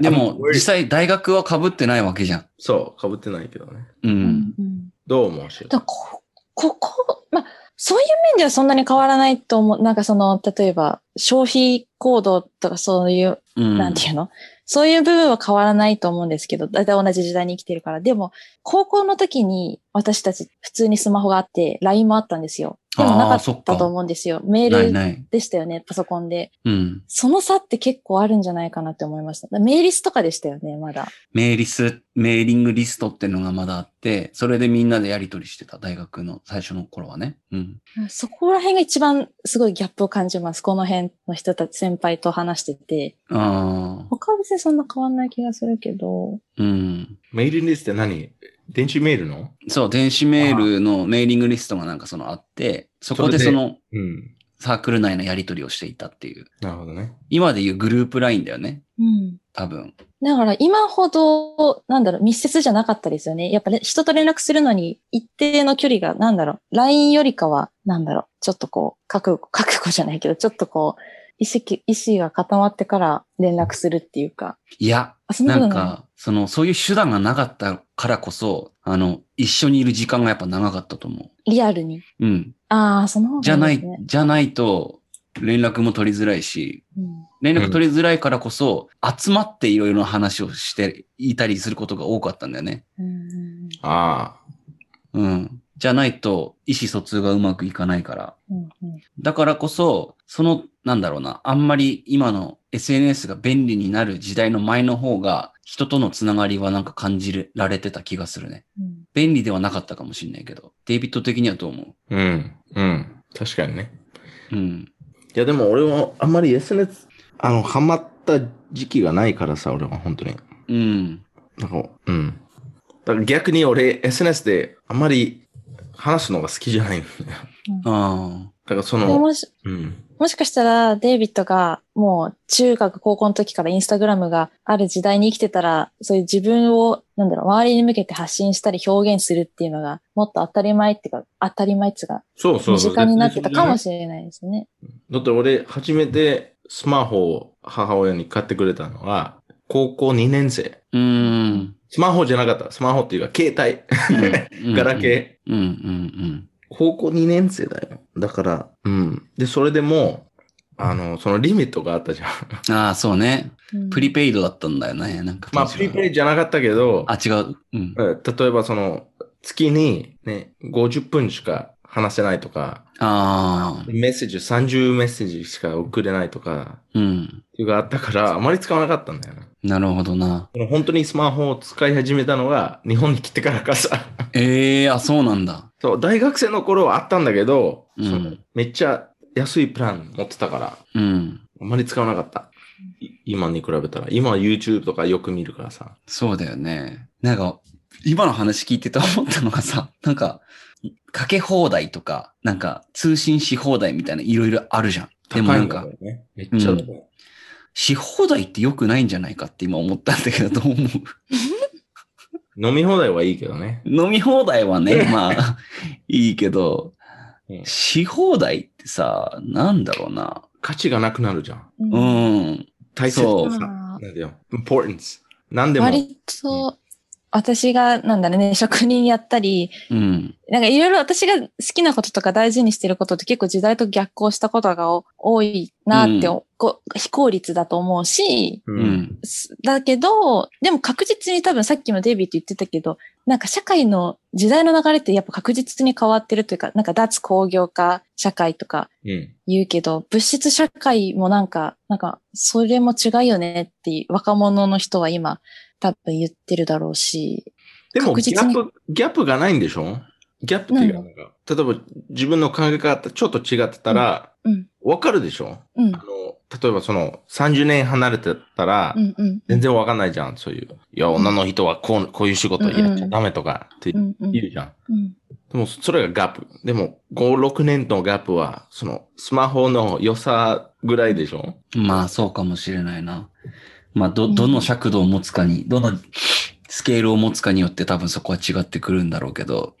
Speaker 1: でも
Speaker 2: [LAUGHS] I'm、worried.
Speaker 1: 実際大学は被ってないわけじゃん。
Speaker 2: そう、被ってないけどね。
Speaker 1: う
Speaker 3: うんん。うん
Speaker 2: どう思うし
Speaker 3: だからこここ、まあ、そういう面ではそんなに変わらないと思う。なんかその、例えば、消費行動とかそういう
Speaker 1: うん。
Speaker 3: なんていうのそういう部分は変わらないと思うんですけど、だいたい同じ時代に生きてるから。でも、高校の時に私たち普通にスマホがあって、LINE もあったんですよ。でもな
Speaker 1: あ
Speaker 3: か
Speaker 1: あそっ
Speaker 3: っ
Speaker 1: か
Speaker 3: たと思うんですよ。メ
Speaker 1: な
Speaker 3: ー
Speaker 1: い
Speaker 3: ル
Speaker 1: ない。
Speaker 3: でしたよね、パソコンで。
Speaker 1: うん。
Speaker 3: その差って結構あるんじゃないかなって思いました。だからメーリスとかでしたよね、まだ。
Speaker 1: メーリス、メーリングリストってのがまだあって、それでみんなでやりとりしてた、大学の最初の頃はね。うん。
Speaker 3: そこら辺が一番すごいギャップを感じます。この辺の人たち、先輩と話してて。
Speaker 1: ああ、
Speaker 3: 他は別にそんな変わんない気がするけど。
Speaker 1: うん。
Speaker 2: メールリストって何電子メールの
Speaker 1: そう、電子メールのメーリングリストがなんかそのあって、そこで
Speaker 2: そ
Speaker 1: そ
Speaker 2: れで
Speaker 1: の
Speaker 2: うん。
Speaker 1: サークル内のやりとりをしていたっていう。
Speaker 2: なるほどね。
Speaker 1: 今でいうグループラインだよね。
Speaker 3: うん。
Speaker 1: 多分。
Speaker 3: だから今ほど、なんだろう、密接じゃなかったですよね。やっぱり人と連絡するのに一定の距離が、なんだろう、LINE よりかは、なんだろう、ちょっとこう、覚悟、覚悟じゃないけど、ちょっとこう、意識、意思が固まってから連絡するっていうか。
Speaker 1: いや、
Speaker 3: あ、そんな
Speaker 1: な
Speaker 3: こ
Speaker 1: ん
Speaker 3: とない。
Speaker 1: か、その、そういう手段がなかったからこそ、あの、一緒にいる時間がやっぱ長かったと思
Speaker 3: リアルに。
Speaker 1: う。うん。
Speaker 3: ああ、その方が
Speaker 1: じゃない
Speaker 3: ですね、
Speaker 1: じゃないと、連絡も取りづらいし、
Speaker 3: うん
Speaker 1: 連絡取りづらいからこそ、集まっていろいろな話をしていたりすることが多かったんだよね。
Speaker 3: うん
Speaker 2: ああ。
Speaker 1: うん。じゃないと、意思疎通がうまくいかないから。
Speaker 3: うんうん
Speaker 1: だからこそ、その、なんだろうな、あんまり今の SNS が便利になる時代の前の方が、人とのつながりはなんか感じられてた気がするね。
Speaker 3: うん
Speaker 1: 便利ではなかったかもしれないけど、デイビッド的にはどう思
Speaker 2: うん。うん。確かにね。
Speaker 1: ううん。
Speaker 2: いや、でも俺はあんまり SNS、あの、ハマった時期がないからさ、俺は本当に。
Speaker 1: うん。
Speaker 2: なんか、うん。だから逆に俺、SNS であんまり話すのが好きじゃないん [LAUGHS] だよ。
Speaker 1: あ
Speaker 2: だからそ
Speaker 3: でも
Speaker 2: の、
Speaker 3: もし、
Speaker 2: うん。
Speaker 3: もしかしたら、デイビッドが、もう、中学、高校の時からインスタグラムがある時代に生きてたら、そういう自分を、なんだろう、周りに向けて発信したり表現するっていうのが、もっと当たり前っていうか、当たり前っていうか、
Speaker 2: そうそう
Speaker 3: 身
Speaker 2: そう。
Speaker 3: 近になってたかも
Speaker 2: れ
Speaker 3: しれないですね。
Speaker 2: ない。だって俺、初めてスマホを母親に買ってくれたのは、高校2年生。
Speaker 1: あ。うーん。
Speaker 2: スマホじゃなかった。スマホっていうか、携
Speaker 1: う
Speaker 2: 帯。
Speaker 1: ん
Speaker 2: [LAUGHS] ガラケ
Speaker 1: うんうん
Speaker 2: ー。高校2年生だよ。だから、うん。で、それでも、あの、そのリミットがあったじゃ
Speaker 1: [LAUGHS]
Speaker 2: ん。
Speaker 1: うん。ああ、そうね。
Speaker 3: うん
Speaker 1: プリペイドだったんだよね。なんか。
Speaker 2: まあ、プリペ
Speaker 1: イ
Speaker 2: イじゃなかったけど、
Speaker 1: あ、違う。うん。
Speaker 2: うん例えばその、月にね、50分しか話せないとか、
Speaker 1: ああ。
Speaker 2: メッセージ、30メッセージしか送れないとか、
Speaker 1: うん。
Speaker 2: っていうのがあったから、あまり使わなかったんだよな。
Speaker 1: なるほどな。
Speaker 2: その本当にスマホを使い始めたのが、日本に来てからかさ。 [LAUGHS]
Speaker 1: ええあ、そうなんだ。
Speaker 2: そう、大学生の頃はあったんだけど、
Speaker 1: うん
Speaker 2: そのめっちゃ安いプラン持ってたから、
Speaker 1: うん。
Speaker 2: あまり使わなかった。い今に比べたら。今は YouTube とかよく見るからさ。
Speaker 1: そうだよね。なんか、今の話聞いてて思ったのがさ、 [LAUGHS] なんか、かけ放題とか、なんか、通信し放題みたいないろいろあるじゃん。でもなん
Speaker 2: 高
Speaker 1: か
Speaker 2: い、だよね、めっちゃ高い、
Speaker 1: し放題って良くないんじゃないかって今思ったんだけど、どう思 [LAUGHS] う
Speaker 2: 飲み放題はいいけどね。
Speaker 1: 飲み放題は
Speaker 2: [LAUGHS]
Speaker 1: ね、まあ、いいけど、
Speaker 2: うん
Speaker 1: し放題ってさ、なんだろうな。
Speaker 2: 価値がなくなるじゃん。
Speaker 3: う
Speaker 1: うんん。
Speaker 2: 大切
Speaker 1: そう
Speaker 2: なさ。なんだよ。importance。何でも。
Speaker 3: 割と、私が、なんだろうね、職人やったり、
Speaker 1: うん。
Speaker 3: なんかいろいろ私が好きなこととか大事にしてることって結構時代と逆行したことがお多いなって、
Speaker 1: うん
Speaker 3: こう非効率だと思うし、
Speaker 2: う。
Speaker 1: うんん。
Speaker 3: すだけど、でも確実に多分さっきもデイビーと言ってたけど、なんか社会の時代の流れってやっぱ確実に変わってるというか、なんか脱工業化社会とか
Speaker 2: うん。
Speaker 3: 言うけど、物質社会もなんか、なんかそれも違うよねって若者の人は今多分言ってるだろうし、
Speaker 2: でも
Speaker 3: 確
Speaker 2: ギャ
Speaker 3: 実
Speaker 2: ッ
Speaker 3: に
Speaker 2: プ、ギャップがないんでしょギャップっていうか、なんか例えば自分の考え方ちょっと違ってたら、
Speaker 3: うん、
Speaker 2: わかるでしょ
Speaker 3: うん
Speaker 2: あ、の、例えばその30年離れてたら
Speaker 3: う、ん、うん。
Speaker 2: 全然わかんないじゃん、そういう。いや、女の人はこう、こういう仕事やっちゃダメとかって
Speaker 3: うん、うん、
Speaker 2: 言うじゃん。
Speaker 3: うん。
Speaker 2: でも、それがガップ。でも、5、6年のガップは、その、スマホの良さぐらいでしょ
Speaker 1: まあ、そうかもしれないな。まあ、ど、どの尺度を持つかに、どのスケールを持つかによって多分そこは違ってくるんだろうけど。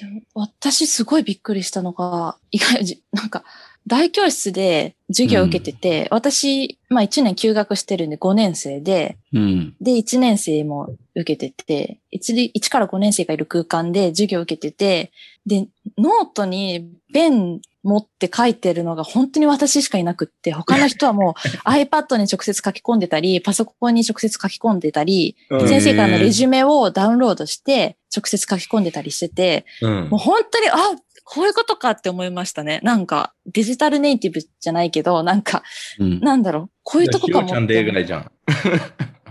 Speaker 3: でも私すごいびっくりしたのが、意外に、なんか、大教室で授業を受けてて、私、まあ1年休学してるんで5年生で、
Speaker 1: うん。
Speaker 3: で1年生も受けてて、1, で1から5年生がいる空間で授業を受けてて、で、ノートにペン持って書いてるのが本当に私しかいなくって、他の人はもう iPad に直接書き込んでたり、パソコンに直接書き込んでたり、
Speaker 1: ん
Speaker 3: 先生からのレジュメをダウンロードして、直接書き込んでたりしてて、
Speaker 2: うん
Speaker 3: もう本当に、あ、こういうことかって思いましたね。なんか、デジタルネイティブじゃないけど、なんか、
Speaker 1: うん。
Speaker 3: なんだろう、こういうとこ
Speaker 2: ひ
Speaker 3: か
Speaker 2: ろ
Speaker 3: も
Speaker 2: ちゃん
Speaker 3: って
Speaker 2: 例
Speaker 3: 思う
Speaker 2: 外じゃん。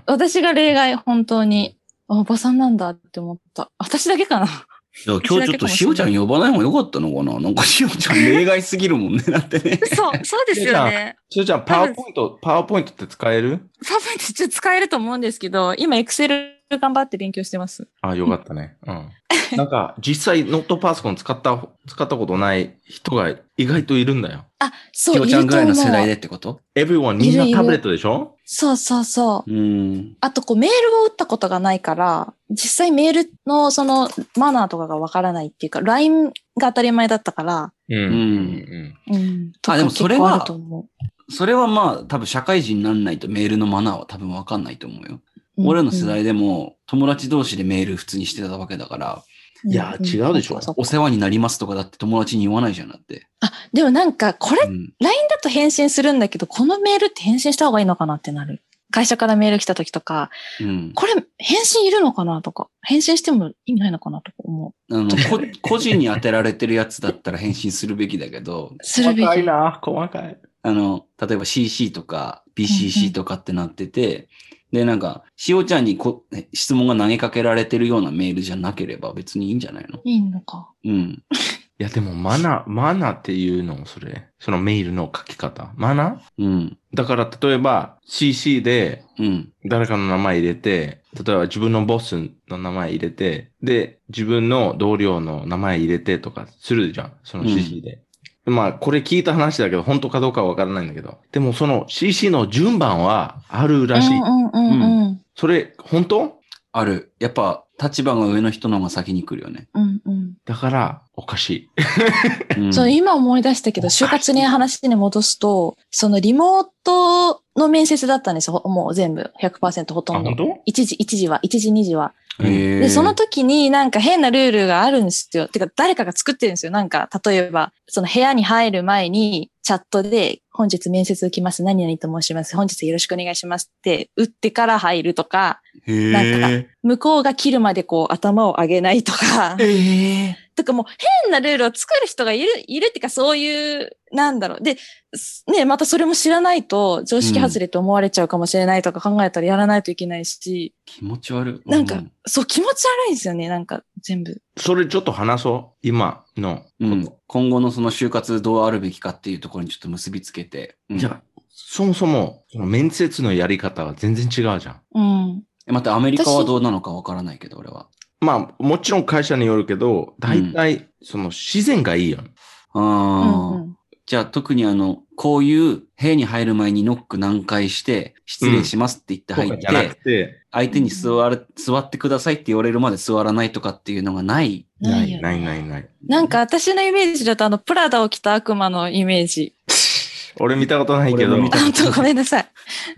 Speaker 3: 私が例外、本当に。あおばさんなんだって思った。私だけかな。
Speaker 1: いや、今日ちょっとしおちゃん呼ばない方が良かったのかななんかしおちゃん例外すぎるも
Speaker 3: [LAUGHS]
Speaker 1: んね。だってね。
Speaker 3: そう、そうです
Speaker 2: よ
Speaker 3: ね。
Speaker 2: それじゃあ、パワーポイント、パワーポイントって使える
Speaker 3: 多分ちょっと使えると思うんですけど、今、エクセル頑張って勉強してます。
Speaker 2: あ、よかったね。
Speaker 3: [LAUGHS]
Speaker 2: うん。なんか、実際、ノートパソコン使った、使ったことない人が意外といるんだよ。
Speaker 3: あ、
Speaker 1: し
Speaker 3: そう、
Speaker 1: お
Speaker 3: い
Speaker 1: ちゃん
Speaker 3: る
Speaker 1: ぐ
Speaker 3: と
Speaker 1: らい
Speaker 3: 思
Speaker 1: の世代で
Speaker 3: う。
Speaker 1: ってこと
Speaker 2: everyone
Speaker 3: いる
Speaker 2: みんない
Speaker 3: る
Speaker 2: タブレットでしょ
Speaker 3: そうそうそう。
Speaker 1: うん。
Speaker 3: あと、こう、メールを打ったことがないから、実際メールのそのマナーとかがわからないっていうか、LINE が当たり前だったから、
Speaker 2: うん。うんん。
Speaker 3: うん。
Speaker 1: あでもそれ
Speaker 3: とか結構
Speaker 1: は
Speaker 3: あると思
Speaker 1: それはまあ、多分社会人にならないとメールのマナーは多分わかんないと思うよ。
Speaker 3: う
Speaker 1: 俺らの世代でも友達同士でメール普通にしてたわけだから、
Speaker 3: うん
Speaker 2: いや、違うでし
Speaker 3: そ
Speaker 2: ょ
Speaker 3: っかそっか
Speaker 1: お世話になりますとかだって友達に言わないじゃんだって。
Speaker 3: でもなんか、これ
Speaker 1: うん。
Speaker 3: だと返信するんだけど、このメールって返信した方がいいのかなってなる。会社からメール来た時とか、
Speaker 1: うん。
Speaker 3: これ返信いるのかなとか、返信しても意味ないのかなとか思
Speaker 1: あの、こ個人に当てられてるやつだったら返信するべきだけど、
Speaker 3: う。するべき。うん
Speaker 2: な、細かい。
Speaker 1: あの、例えば CC とか
Speaker 3: うんう
Speaker 1: BCC
Speaker 3: ん
Speaker 1: とかってなってて、で、なんか、しおちゃんにこね質問が投げかけられてるようなメールじゃなければ別にいいんじゃないの
Speaker 3: いいのか。
Speaker 1: うん。
Speaker 2: いや、でも、マナ、マナっていうの、それ。そのメールの書き方。マナ
Speaker 1: うん。
Speaker 2: だから、例えば、CC で
Speaker 1: うん。
Speaker 2: 誰かの名前入れて、例えば自分のボスの名前入れて、で、自分の同僚の名前入れてとかするじゃん。その CC で。まあ、これ聞いた話だけど、本当かどうかはわからないんだけど。でも、その CC の順番はあるらしい。
Speaker 3: うんうんうんうん。
Speaker 2: それ、本当
Speaker 1: ある。やっぱ、立場が上の人の方が先に来るよね。
Speaker 3: うんうん
Speaker 2: だから、おかしい。
Speaker 1: うん
Speaker 3: そう、今思い出したけど、就活に話に戻すと、そのリモートの面接だったんですよ。ほもう全部、100%ほとんど。
Speaker 2: 当
Speaker 3: 一時、一時は、一時、二時は。
Speaker 1: へー
Speaker 3: で、その時になんか変なルールがあるんですよ。てか誰かが作ってるんですよ。なんか、例えば、その部屋に入る前にチャットで、本日面接受けます。何々と申します。本日よろしくお願いしますって、打ってから入るとか、
Speaker 1: へ
Speaker 3: なん
Speaker 1: え。
Speaker 3: 向こうが切るまでこう頭を上げないと
Speaker 1: [LAUGHS]
Speaker 3: か、
Speaker 1: ええ。
Speaker 3: とかもう変なルールを作る人がいる、いるっていうかそういう、なんだろう。で、すね、またそれも知らないと常識外れと思われちゃうかもしれないとか考えたらやらないといけないし、
Speaker 1: 気持ち悪い。
Speaker 3: なんか
Speaker 1: う
Speaker 3: そう気持ち悪いんですよね。なんか全部。
Speaker 2: [LAUGHS] それちょっと話そう。今のこ
Speaker 1: う
Speaker 2: と。
Speaker 1: ん、今後のその就活どうあるべきかっていうところにちょっと結びつけて。うん
Speaker 2: じゃあ、そもそも、その面接のやり方は全然違うじゃん。
Speaker 3: うん。
Speaker 1: またアメリカはどうなのかわからないけど、俺は。
Speaker 2: まあ、もちろん会社によるけど、大体、その自然がいいやん。
Speaker 1: あ
Speaker 3: う
Speaker 1: あ、
Speaker 3: んうん
Speaker 1: じゃあ特にあの、こういう部屋に入る前にノック何回して、失礼しますって言って入
Speaker 2: と
Speaker 1: っ
Speaker 2: かじゃな
Speaker 1: て、
Speaker 2: くて、
Speaker 1: 相手に座る、座ってくださいって言われるまで座らないとかっていうのがない。
Speaker 3: ないよね
Speaker 2: ないないない。
Speaker 3: なんか私のイメージだとあの、プラダを着た悪魔のイメージ。
Speaker 2: 俺見たことないけど、
Speaker 1: 俺も
Speaker 2: 見
Speaker 1: 見
Speaker 2: た
Speaker 1: た
Speaker 3: あとごめんなさい。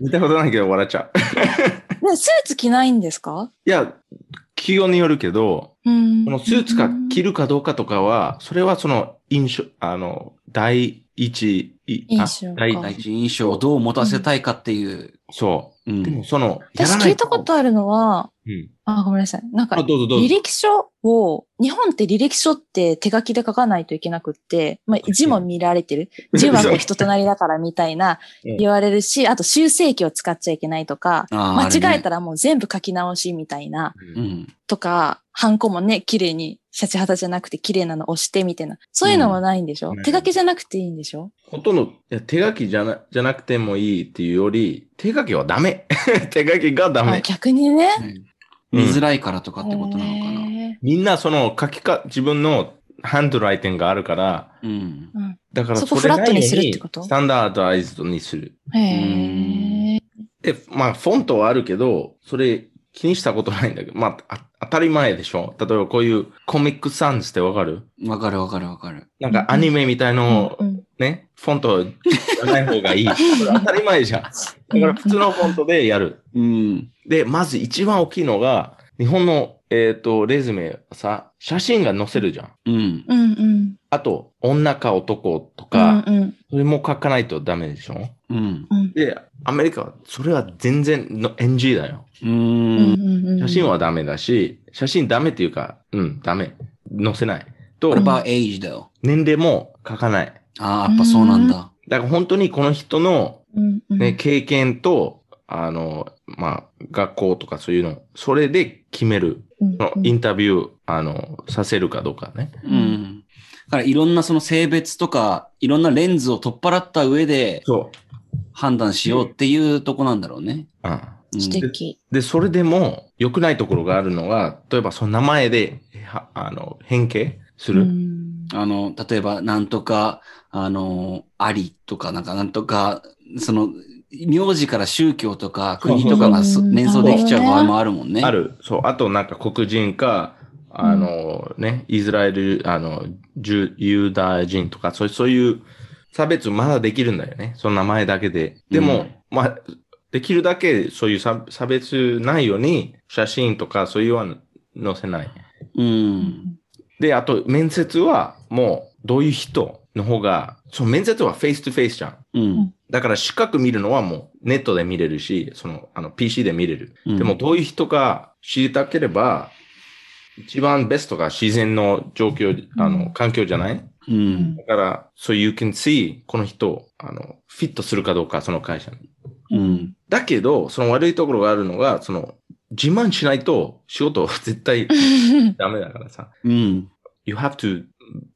Speaker 2: ことないけど笑っちゃう。
Speaker 3: ねスーツ着ないんです
Speaker 2: [LAUGHS]
Speaker 3: か
Speaker 2: いや、企業によるけど、
Speaker 3: うん。
Speaker 2: このスーツが着るかどうかとかは、それはその印象、あの、第一、いあ
Speaker 3: 印象か
Speaker 2: 第
Speaker 1: 第
Speaker 2: 一
Speaker 1: 一印象をどう持たせたいかっていう。
Speaker 2: そうう。で
Speaker 1: ん
Speaker 2: も。その、やら
Speaker 3: 私
Speaker 2: な
Speaker 3: 聞いたことあるのは、
Speaker 2: うん。
Speaker 3: あ、ごめんなさい。なんか
Speaker 2: あ、、どうぞどう
Speaker 3: 履
Speaker 2: ぞ。
Speaker 3: 歴書を、日本って履歴書って手書きで書かないといけなくって、まあ、字も見られて
Speaker 2: [LAUGHS]
Speaker 3: る。字はこう人となりだからみたいな
Speaker 2: うん
Speaker 3: 言われるし、あと修正記を使っちゃいけないとか、
Speaker 1: あー
Speaker 3: 間違えた
Speaker 1: あ
Speaker 3: らもう全部書き直しみたいな、
Speaker 1: れねうん。
Speaker 3: とか、ハンコもね、綺麗に、シャチハタじゃなくて綺麗なの押してみたいな。そういうのもないんでしょ、
Speaker 2: うん
Speaker 3: 手書きじゃなくていいんでしょ
Speaker 2: ほとんどいや手書きじゃなじゃなくてもいいっていうより、手書きはダメ。 [LAUGHS] 手書きがダ
Speaker 3: あ
Speaker 2: メ。
Speaker 3: 逆にね。
Speaker 2: うん
Speaker 1: 見づらいからとかってことなのかな。
Speaker 3: へ
Speaker 2: みんなその書きか、自分のハンドライティングがあるから、
Speaker 1: うん。
Speaker 3: ーうん
Speaker 2: だから
Speaker 3: そこ
Speaker 2: れないよう
Speaker 3: フラットにするってこと
Speaker 2: スタンダードアイズドにする。
Speaker 3: へー
Speaker 2: で、まあ、フォントはあるけど、それ気にしたことないんだけど、まあ、あ当たり前でしょ。例えばこういうコミックサンズってわかる
Speaker 1: わかるわかるわかる。
Speaker 2: なんかアニメみたいの
Speaker 3: うん
Speaker 2: ね、フォントじゃない方がいい。これ当たり前じゃん。だから普通のフォントでやる。
Speaker 1: うん。
Speaker 2: で、まず一番大きいのが、日本の、えっ、と、レズメさ、写真が載せるじゃん。
Speaker 1: うん。
Speaker 3: うんうん。
Speaker 2: あと、女か男と
Speaker 3: う
Speaker 2: か、
Speaker 3: んうん
Speaker 2: それも書かないとダメでしょ
Speaker 1: うん。
Speaker 3: うん。
Speaker 2: で、アメリカは、それは全然の NG だよ。
Speaker 1: う。
Speaker 3: うんんうんうん
Speaker 2: 写真はダメだし、写真ダメっていうか、うん、ダメ。載せない。と
Speaker 1: これ、バーエイジだよ。
Speaker 2: 年齢も書かない。
Speaker 1: ああ、やっぱそうなんだ。
Speaker 2: だから本当にこの人の、
Speaker 3: うんうん
Speaker 2: ね、経験と、あの、まあ、学校とかそういうの、それで決める。
Speaker 3: うん
Speaker 2: そのインタビュー、あの、させるかどうかね。
Speaker 1: うん。だからいろんなその性別とか、いろんなレンズを取っ払った上で
Speaker 2: そう。
Speaker 1: 判断しようっていうとこなんだろうね。
Speaker 2: うん、
Speaker 1: うん
Speaker 3: 素敵。
Speaker 2: で、それでも良くないところがあるのが、例えばその名前で、はあの、変形する。
Speaker 3: うん
Speaker 1: あの、例えば、なんとか、あの、ありとか、なんか、なんとか、その、名字から宗教とか国とかが
Speaker 3: そうそうそう
Speaker 1: 連想できちゃう場合もあるもんね。
Speaker 2: あ。る。そう。あとなんか黒人か、あの、ね、イスラエル、あの、ジュユダヤ人とか、そうそういう差別まだできるんだよね。その名前だけで。でも、
Speaker 1: うん
Speaker 2: まあ、できるだけそういう差差別ないように、写真とかそういうのは載せない。
Speaker 1: うん。
Speaker 2: で、あと面接はもうどういう人の方が、その面接はフェイスとフェイスじゃん。
Speaker 1: うん。
Speaker 2: だから資格見るのはもうネットで見れるし、そのあの PC で見れる。
Speaker 1: うん
Speaker 2: でもどういう人か知りたければ、一番ベストが自然の状況、あ
Speaker 3: う
Speaker 2: の、
Speaker 3: ん
Speaker 2: 環境じゃない
Speaker 1: うん。
Speaker 2: だから、so you can see この人、あの、フィットするかどうか、その会社に。
Speaker 1: うん。
Speaker 2: だけど、その悪いところがあるのが、その、自慢しないと仕事 [LAUGHS] 絶対
Speaker 3: うん
Speaker 2: ダメだからさ。
Speaker 1: うん。
Speaker 2: you have to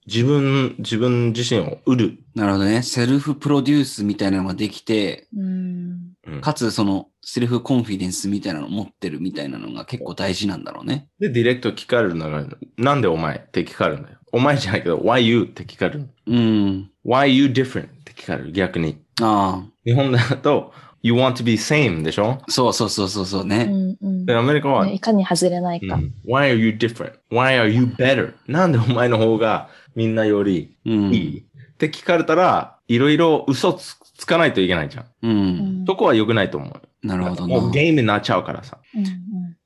Speaker 2: 自分、自分自身を売る。
Speaker 1: なるほどね。セルフプロデュースみたいなのができて、
Speaker 3: うん。
Speaker 2: うん
Speaker 1: かつそのセルフコンフィデンスみたいなのを持ってるみたいなのが結構大事なんだろうね。
Speaker 2: で、ディレクト聞かれるなら、なんでお前って聞かれるのよ。お前じゃないけど、why you って聞かれる。
Speaker 1: うん。
Speaker 2: why you different って聞かれる、逆に。
Speaker 1: あ
Speaker 2: 日本だと、you want to be same でしょ
Speaker 1: あ、そうそうそうそうそう
Speaker 3: う
Speaker 1: ね。
Speaker 3: んうん
Speaker 2: で、アメリカは、
Speaker 3: ねいかに外れないか。
Speaker 2: うん why are you different? Why are you better? なんでお前の方がみんなより
Speaker 1: うん。
Speaker 2: いい、って聞かれたら、いろいろ嘘つつかないといけないじゃん。
Speaker 1: うん。
Speaker 3: うん
Speaker 2: そこは良くないと思う。
Speaker 1: なるほど
Speaker 2: もう
Speaker 1: な。
Speaker 2: ゲームになっちゃうからさ。
Speaker 3: うんうん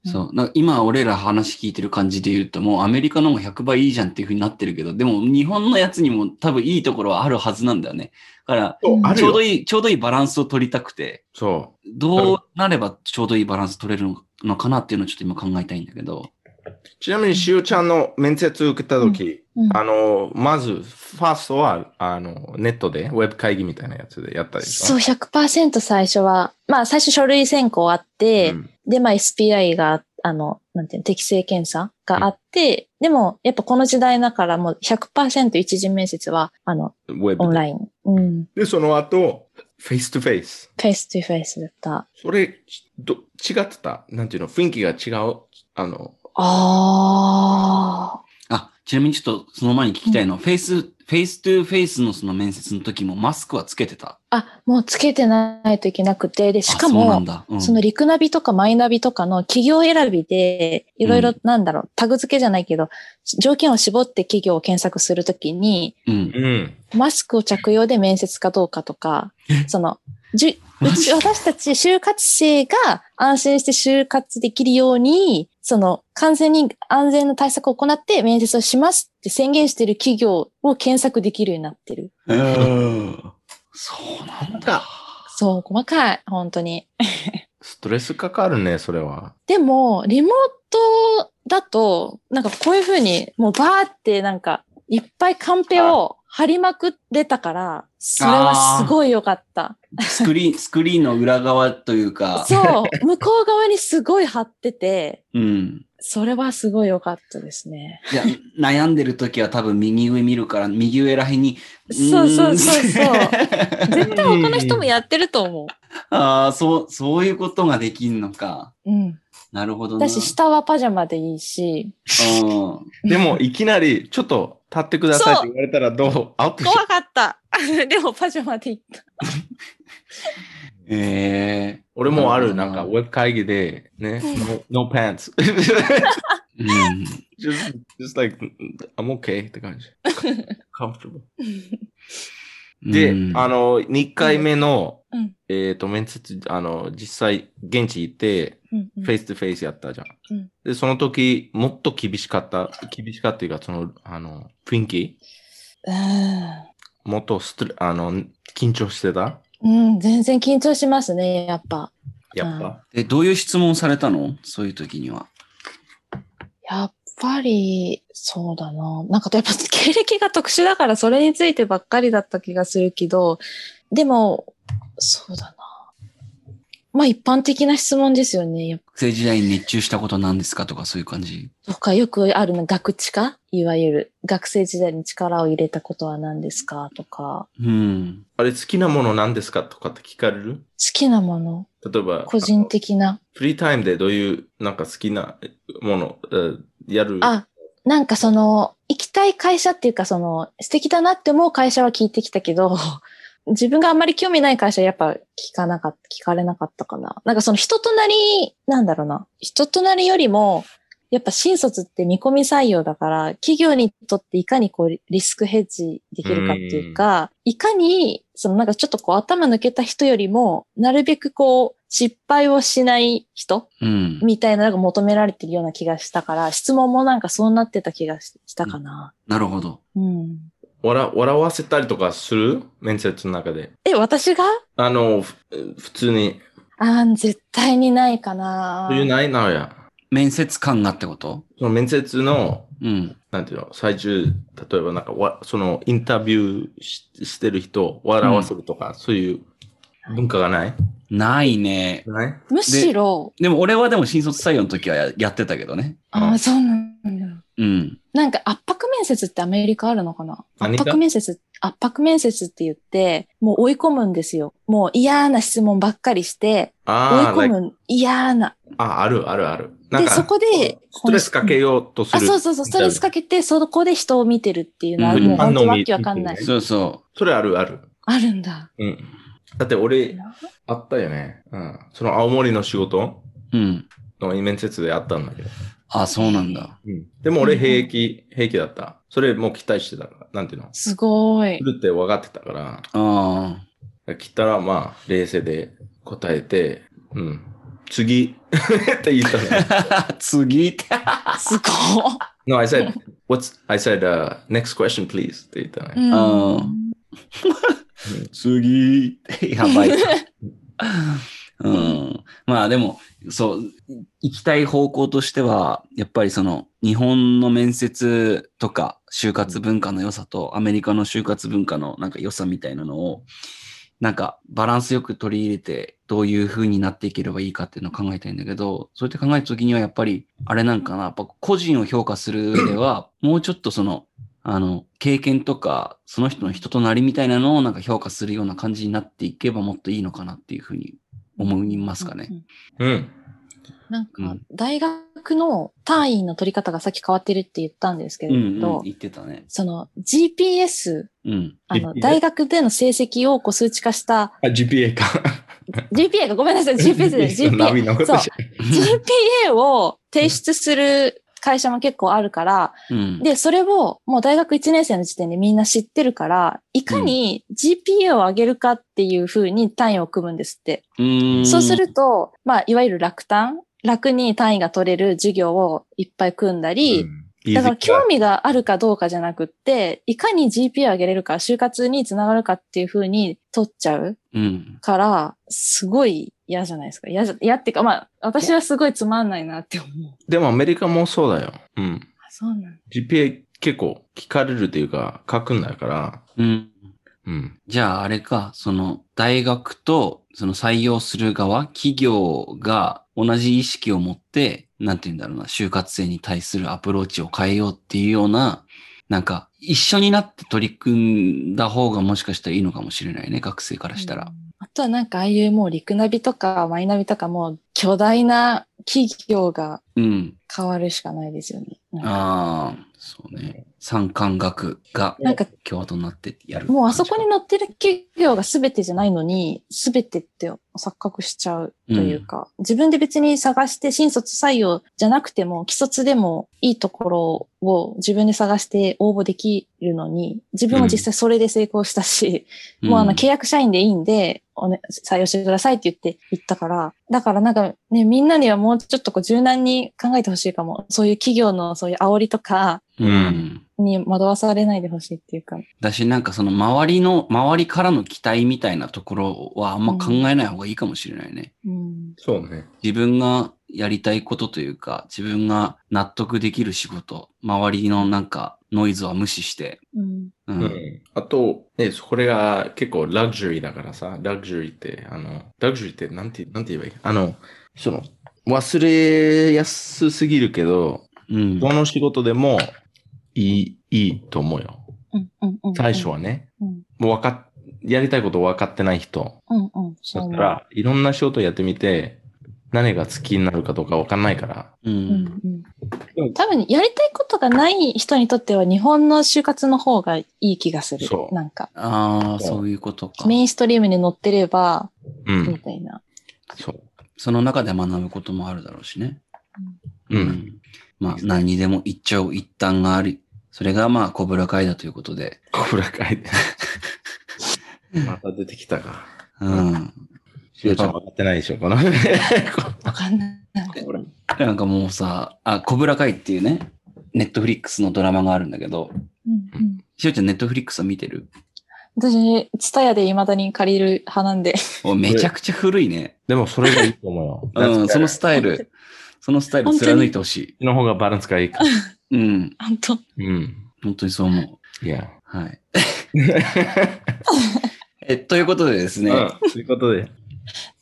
Speaker 1: そう。なんか今俺ら話聞いてる感じで言うと、もうアメリカのも100倍いいじゃんっていう風になってるけど、でも日本のやつにも多分いいところはあるはずなんだよね。だから、
Speaker 3: う
Speaker 2: そう
Speaker 3: ん
Speaker 2: ある
Speaker 1: ちょう
Speaker 2: よ
Speaker 1: どいい、ちょうどいいバランスを取りたくて、
Speaker 2: そ
Speaker 1: どうなればちょうどいいバランス取れるのかなっていうのをちょっと今考えたいんだけど。
Speaker 2: う。ちなみに、しおちゃんの面接受けた時
Speaker 3: うん
Speaker 2: あの、まず、ファーストは、あの、ネットで、ウェブ会議みたいなやつでやったでし
Speaker 3: そう、
Speaker 2: ょ。
Speaker 3: 100%最初は、まあ最初書類選考あって、
Speaker 2: ん
Speaker 3: で、まあ SPI が、あの、なんていうの、適正検査があって、でも、やっぱこの時代だからもう100%一次面接は、あの、
Speaker 2: ウェ
Speaker 3: オ
Speaker 2: ブ
Speaker 3: ン
Speaker 2: で。
Speaker 3: ライン。うん。
Speaker 2: で、その後、フェイスとフェイス。
Speaker 3: フェイストゥフェイスだった。
Speaker 2: それ、ど、違ってたなんていうの雰囲気が違うあの、
Speaker 3: ああ。
Speaker 1: あ、ちなみにちょっとその前に聞きたいのは、フェイス、フェイストゥフェイスのその面接の時もマスクはつけてた。
Speaker 3: あ、もうつけてないといけなくて、で、しか
Speaker 1: あそうな
Speaker 3: も
Speaker 1: ん、だ。うん、
Speaker 3: そのリクナビとかマイナビとかの企業選びで、いろいろなんだろう、タグ付けじゃないけど、条件を絞って企業を検索するときに、
Speaker 1: うん。
Speaker 2: うん。
Speaker 3: マスクを着用で面接かどうかとか、その、じゅう
Speaker 1: マジ
Speaker 3: ち私たち就活生が安心して就活できるように、その、完全に安全な対策を行って面接をしますって宣言している企業を検索できるようになってる。
Speaker 1: そうなんだ。
Speaker 2: か、
Speaker 3: そう、細かい、本当に。
Speaker 2: ストレスかかるね、それは。
Speaker 3: でも、リモートだと、なんかこういうふうに、もうバーってなんか、いっぱいカンペを貼りまくれたから、それはすごい良かった。
Speaker 1: スクリーン、スクリーンの裏側というか、
Speaker 3: そう、向こう側にすごい貼ってて、
Speaker 1: うん。
Speaker 3: それはすごい良かったですね。
Speaker 1: いや、悩んでる時は多分右上見るから、右上らへんに。
Speaker 3: そうそうそうそう
Speaker 1: ーん [LAUGHS]
Speaker 3: 絶対他の人もやってると思
Speaker 1: ああ、そう、そういうことができんのか。
Speaker 3: う。うん。
Speaker 1: なるほどな。
Speaker 3: 私、下はパジャマでいいし、
Speaker 1: うん。
Speaker 2: でも、いきなり、ちょっと、立ってくださいって言われたら、どうアウトし
Speaker 3: 怖かった。 [LAUGHS] でもパジャマで行った。
Speaker 1: ええ
Speaker 2: 俺もある、なんか、
Speaker 1: う
Speaker 2: ウ
Speaker 1: ん
Speaker 2: ェブ会議で、ね、no, no pants. [LAUGHS] just, just like, I'm okay って
Speaker 3: [LAUGHS]
Speaker 2: 感じ。comfortable.
Speaker 1: うん。
Speaker 2: で、
Speaker 1: うん
Speaker 2: あ、の、2回目の、
Speaker 3: うん
Speaker 2: えっ、と、面接、あの、実際、現地行って、
Speaker 3: うんうん
Speaker 2: フェイスとフェイスやったじゃん。
Speaker 3: うん
Speaker 2: で、その時、もっと厳しかった、厳しかったっていうか、その、あの、雰囲気、もっとストレあの、緊張してた
Speaker 3: うん、うん全然緊張しますね、やっぱ。
Speaker 2: やっぱ。
Speaker 1: で、どういう質問されたのそういう時には。
Speaker 3: やっぱり、そうだな。なんかやっぱ経歴が特殊だからそれについてばっかりだった気がするけど、でも、そうだな。まあ一般的な質問ですよね。やっ
Speaker 1: 学生時代に熱中したことなんですかとかそういう感じ。
Speaker 3: ぱとかよくあるの、学知かいわゆる。学生時代に力を入れたことは何ですかとか。
Speaker 1: うん。
Speaker 2: あれ、好きなもの何ですかとかって聞かれる
Speaker 3: 好きなもの
Speaker 2: 例えば、
Speaker 3: 個人的な。
Speaker 2: フリータイムでどういう、なんか好きなもの、えーやる。
Speaker 3: あ、なんかその、行きたい会社っていうか、その、素敵だなって思う会社は聞いてきたけど、 [LAUGHS] 自分があんまり興味ない会社はやっぱ聞かなかった、聞かれなかったかな。なんかその人となり、なんだろうな。人となりよりも、やっぱ新卒って見込み採用だから、企業にとっていかにこうリスクヘッジできるかっていうか、いかに、そのなんかちょっとこう頭抜けた人よりも、なるべくこう失敗をしない人
Speaker 1: うん。
Speaker 3: みたいなのが求められてるような気がしたから、質問もなんかそうなってた気がししたかな。
Speaker 1: なるほど。
Speaker 3: うん。
Speaker 2: 笑笑わせたりとかする面接の中で。
Speaker 3: え、私が
Speaker 2: あの、ふ普通に、
Speaker 3: あー絶対にないかな
Speaker 2: そういうないなおや。
Speaker 1: 面接官がってこと
Speaker 2: その面接の、
Speaker 1: うん。
Speaker 2: なんていうの、最中、例えばなんかわ、そのインタビューししてる人を笑わせるとか、そういう文化がない
Speaker 1: ないね。
Speaker 2: ない
Speaker 3: むしろ、
Speaker 1: でも俺はでも新卒採用の時はややってたけどね。
Speaker 3: あーそうなんだ。
Speaker 1: うん。
Speaker 3: なんか圧迫面接ってアメリカあるのかな
Speaker 2: 何
Speaker 3: 圧
Speaker 2: が
Speaker 3: 迫面接、圧迫面接って言って、もう追い込むんですよ。もう嫌な質問ばっかりして、追い
Speaker 2: ああ、
Speaker 3: 込
Speaker 2: like-
Speaker 3: む嫌な。
Speaker 2: あ、あるあるある。なん
Speaker 3: で、
Speaker 2: か
Speaker 3: そこで、
Speaker 2: ストレスかけようとす
Speaker 3: あ、
Speaker 2: る。
Speaker 3: そうそうそう、ストレスかけて、そこで人を見てるっていうのは、
Speaker 1: うん
Speaker 3: もう本
Speaker 2: 反応
Speaker 3: 当
Speaker 2: を
Speaker 3: わ
Speaker 2: 見
Speaker 3: けわかんない
Speaker 2: 見て。る
Speaker 1: そうそ
Speaker 2: それあるある。
Speaker 3: あるんだ。
Speaker 2: うん。だって俺、あったよね。うん。その青森の仕事
Speaker 1: う。うん。
Speaker 2: の面接であったんだけど。
Speaker 1: あ、そうなんだ。
Speaker 2: うん。でも俺平気、平気だった。それもう期待してたから。なんていうの
Speaker 3: すごい
Speaker 2: 来。るって分かってたから。
Speaker 1: ああ。
Speaker 2: 来たら、まあ、冷静で答えて、うん。次 [LAUGHS] って言ったの。
Speaker 1: [LAUGHS] 次って。
Speaker 3: すごい。
Speaker 2: No, I said, what's, I said,、uh, next question please って言ったね。
Speaker 3: うん
Speaker 1: あ次やばい。うん、まあでもそう行きたい方向としてはやっぱりその日本の面接とか就活文化の良さとアメリカの就活文化のなんか良さみたいなのをなんかバランスよく取り入れてどういう風になっていければいいかっていうのを考えたいんだけどそうやって考えた時にはやっぱりあれなんかなやっぱ個人を評価する上ではもうちょっとそのあの、経験とか、その人の人となりみたいなのをなんか評価するような感じになっていけばもっといいのかなっていうふうに思いますかね。
Speaker 3: うん
Speaker 2: うん。
Speaker 3: なんか
Speaker 1: うん、
Speaker 3: 大学の単位の取り方がさっき変わってるって言ったんですけ
Speaker 1: う
Speaker 3: れ
Speaker 1: ん、
Speaker 3: ど、
Speaker 1: 言ってたね。
Speaker 3: その GPS、 [LAUGHS]
Speaker 1: うん。
Speaker 3: あの、
Speaker 2: GPS
Speaker 3: 大学での成績をこう数値化した、
Speaker 2: あ、GPA か。
Speaker 3: GPA がごめんなさい、GPS で
Speaker 1: [LAUGHS]
Speaker 2: ナ
Speaker 3: GPA。
Speaker 2: ビのことじ
Speaker 3: GPA を提出する会社も結構あるから、
Speaker 1: うん。
Speaker 3: で、それをもう大学1年生の時点でみんな知ってるから、いかに GPA を上げるかっていう風に単位を組むんですって。
Speaker 1: うん
Speaker 3: そうすると、まあ、いわゆる楽単、楽に単位が取れる授業をいっぱい組んだ
Speaker 2: ゃん
Speaker 3: り、
Speaker 2: うん
Speaker 3: だから
Speaker 2: Easy
Speaker 3: 興味があるかどうかじゃなくって、いかに GPA を上げれるか、就活につながるかっていう風に取っちゃう
Speaker 1: うん。
Speaker 3: から、すごい嫌じゃないですか。嫌じゃ、嫌っていうか、まあ、私はすごいつまんないなって思う。
Speaker 2: でもアメリカもそうだよ。うん。
Speaker 3: あそうなん
Speaker 2: GPA 結構聞かれるというか、書くんだから。
Speaker 1: うん。
Speaker 2: うん。
Speaker 1: じゃああれか、その大学とその採用する側、企業が同じ意識を持って、なんて言うんだろうな、就活生に対するアプローチを変えようっていうような、なんか一緒になって取り組んだ方がもしかしたらいいのかもしれないね、学生からしたら。
Speaker 3: あとはなんかああいうもうリクナビとかマイナビとかもう巨大な企業が
Speaker 1: うん。
Speaker 3: 変わるしかないですよね。なんか
Speaker 1: ああ、そうね。三感学が
Speaker 3: なんか
Speaker 1: 共和となってやる。
Speaker 3: もうあそこに載ってる企業が全てじゃないのに、全てって錯覚しちゃうというか、自分で別に探して新卒採用じゃなくても、既卒でもいいところを自分で探して応募できるのに、自分は実際それで成功したし、もうあの契約社員でいいんで、おね、採用してくださいって言って言ったから、だからなんかね、みんなにはもうちょっとこう柔軟に考えてほしいかも。そういう企業のそういう煽りとか
Speaker 1: うん。うん
Speaker 3: に惑わされないでほしいっていうか。
Speaker 1: だし、なんかその周りの、周りからの期待みたいなところはあんま考えない方がいいかもしれないね。
Speaker 3: うん。
Speaker 2: そうね。
Speaker 1: 自分がやりたいことというか、自分が納得できる仕事、周りのなんかノイズは無視して。
Speaker 3: うん。
Speaker 1: う。
Speaker 2: うんん。あと、ね、これが結構ラグジュアリーだからさ、ラグジュアリーって、あの、ラグジュアリーってなんて、なんて言えばいいあの、その、忘れやすすぎるけど、
Speaker 1: うん。
Speaker 2: どの仕事でもいい、いいと思うよ。
Speaker 3: うん。うん。うん
Speaker 2: 最初。はね、
Speaker 3: うん。
Speaker 2: もう分かっ、やりたいこと分かってない人
Speaker 3: うん。うん。そ
Speaker 2: だ
Speaker 3: う
Speaker 2: った
Speaker 3: ね。
Speaker 2: ら、いろんな仕事やってみて、何が好きになるかどうか分かんないから。
Speaker 1: う。
Speaker 3: うんん。うん。多分、やりたいことがない人にとっては、日本の就活の方がいい気がする。
Speaker 2: そう
Speaker 3: なんか、
Speaker 1: ああ、そういうことか
Speaker 3: メ。インストリームに乗ってれば、
Speaker 2: う
Speaker 3: み
Speaker 2: ん。
Speaker 3: たいな。
Speaker 2: そう。
Speaker 1: その中で学ぶこともあるだろうしね。
Speaker 2: うん
Speaker 1: まあ、何にでも一長一短があり、それがまあ、小倉会だということで。
Speaker 2: 小倉会 [LAUGHS] で。また出てきたか。
Speaker 1: うん。
Speaker 2: しおちゃん分かってないでしょ、この。
Speaker 3: わかんない。
Speaker 1: なんかもうさ、あ、コブラ会っていうね、ネットフリックスのドラマがあるんだけど、
Speaker 3: うん。うん。
Speaker 1: しおちゃんネットフリックスは見てる
Speaker 3: 私、ツタヤで未だに借りる派なんで。 [LAUGHS]
Speaker 1: おめちゃくちゃ古いね。
Speaker 2: でもそれがいいと思うよ。
Speaker 1: うん、その
Speaker 2: そ
Speaker 1: スタイル、
Speaker 2: [LAUGHS]
Speaker 1: そのスタイル
Speaker 3: 本当に
Speaker 1: 貫いてほし
Speaker 2: の方がバランスがいいから。
Speaker 1: い。うん、
Speaker 3: 本当。
Speaker 2: うん。
Speaker 1: 本当にそう思う。
Speaker 2: いや。 [LAUGHS]
Speaker 1: はい。え、ということでですね、
Speaker 2: うんということで、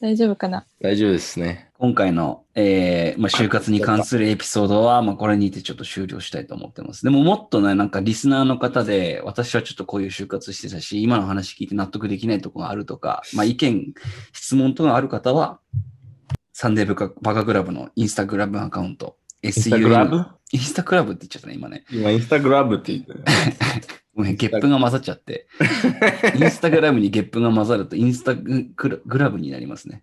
Speaker 3: 大丈夫かな
Speaker 2: 大丈夫ですね。
Speaker 1: 今回の、えーまあ、就活に関するエピソードは、まあ、これにてちょっと終了したいと思ってます。でももっとね、なんかリスナーの方で、私はちょっとこういう就活してたし、今の話聞いて納得できないところがあるとか、まあ、意見、質問等がある方は、サンデーブカバカクラブのインスタグラムアカウント、
Speaker 2: インスタグラ
Speaker 1: SUM。
Speaker 2: ブ
Speaker 1: インスタグラブって言っちゃったね、今ね。
Speaker 2: 今、インスタグラブって言ってる。
Speaker 1: ごめん、ゲップが混ざっちゃって。インスタグラムにゲップが混ざると、インスタグラムになりますね。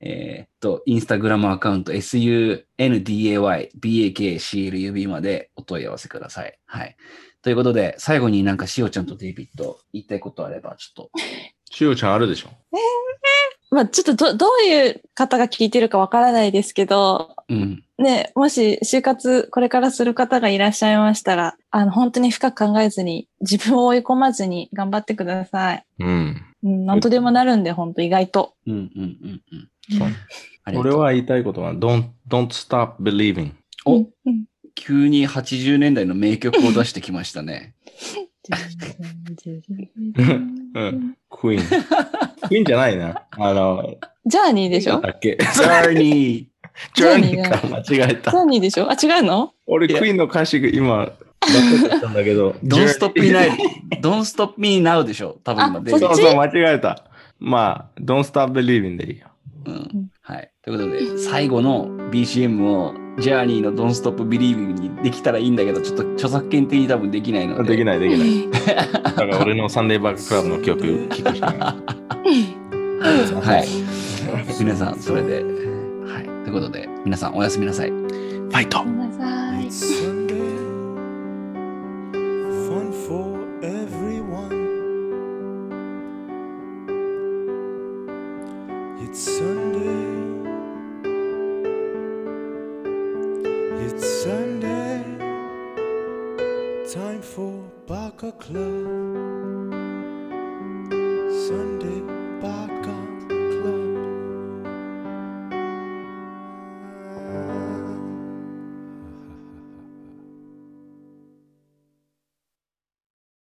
Speaker 1: えーっと、インスタグラムアカウント sundaybakclub までお問い合わせください。はい。ということで、最後になんかしおちゃんとデイビッド言いたいことあれば、ちょっと。
Speaker 2: しおちゃんあるでしょ
Speaker 3: まあちょっとど、どういう方が聞いてるかわからないですけど、
Speaker 1: うん。
Speaker 3: ね、もし就活これからする方がいらっしゃいましたら、あの、本当に深く考えずに、自分を追い込まずに頑張ってください。
Speaker 2: うん。
Speaker 3: うん、なんとでもなるんで、本当意外と。
Speaker 1: うんうんうんうん。
Speaker 2: そう
Speaker 1: ありが
Speaker 2: 俺
Speaker 1: とう
Speaker 2: は言いたいことは、don't, don't stop believing.
Speaker 1: お
Speaker 3: うんうん [LAUGHS]
Speaker 1: 急に80年代の名曲を出してきましたね。
Speaker 2: うん。ク [LAUGHS] イーン。クイーンじゃないな。あの、
Speaker 3: ジャーニーでしょ
Speaker 2: だっけ。
Speaker 1: [LAUGHS] ジャーニ
Speaker 2: ジャーニーか間違え
Speaker 3: ジ
Speaker 2: た。
Speaker 3: ャーニーでしょあ、違うの
Speaker 2: 俺、クイーンの歌詞が今、出てたんだけ [LAUGHS] ど。
Speaker 1: ー !Don't stop me
Speaker 2: な
Speaker 1: now! Don't stop me now でしょ多分今
Speaker 3: あ
Speaker 1: デイビッ
Speaker 2: そ
Speaker 1: ド
Speaker 2: うそう、間違えた。まあ、don't stop believing でいいよ。
Speaker 1: うんはい。ということで、最後の BCM を、ジャーニーの Don't Stop Believing にできたらいいんだけど、ちょっと著作権的に多分できないので。
Speaker 2: でき
Speaker 1: い。
Speaker 2: ない、できない。だから俺のサンデーバッククラブの曲聞くしかない。
Speaker 1: [LAUGHS] はい。皆さん、それで。はい。ということで、皆さん、おやすみなさい。ファイト
Speaker 3: ごめんなさい
Speaker 4: It's Sunday, fun for everyone. It's Sunday, it's Sunday, time for Baka Club.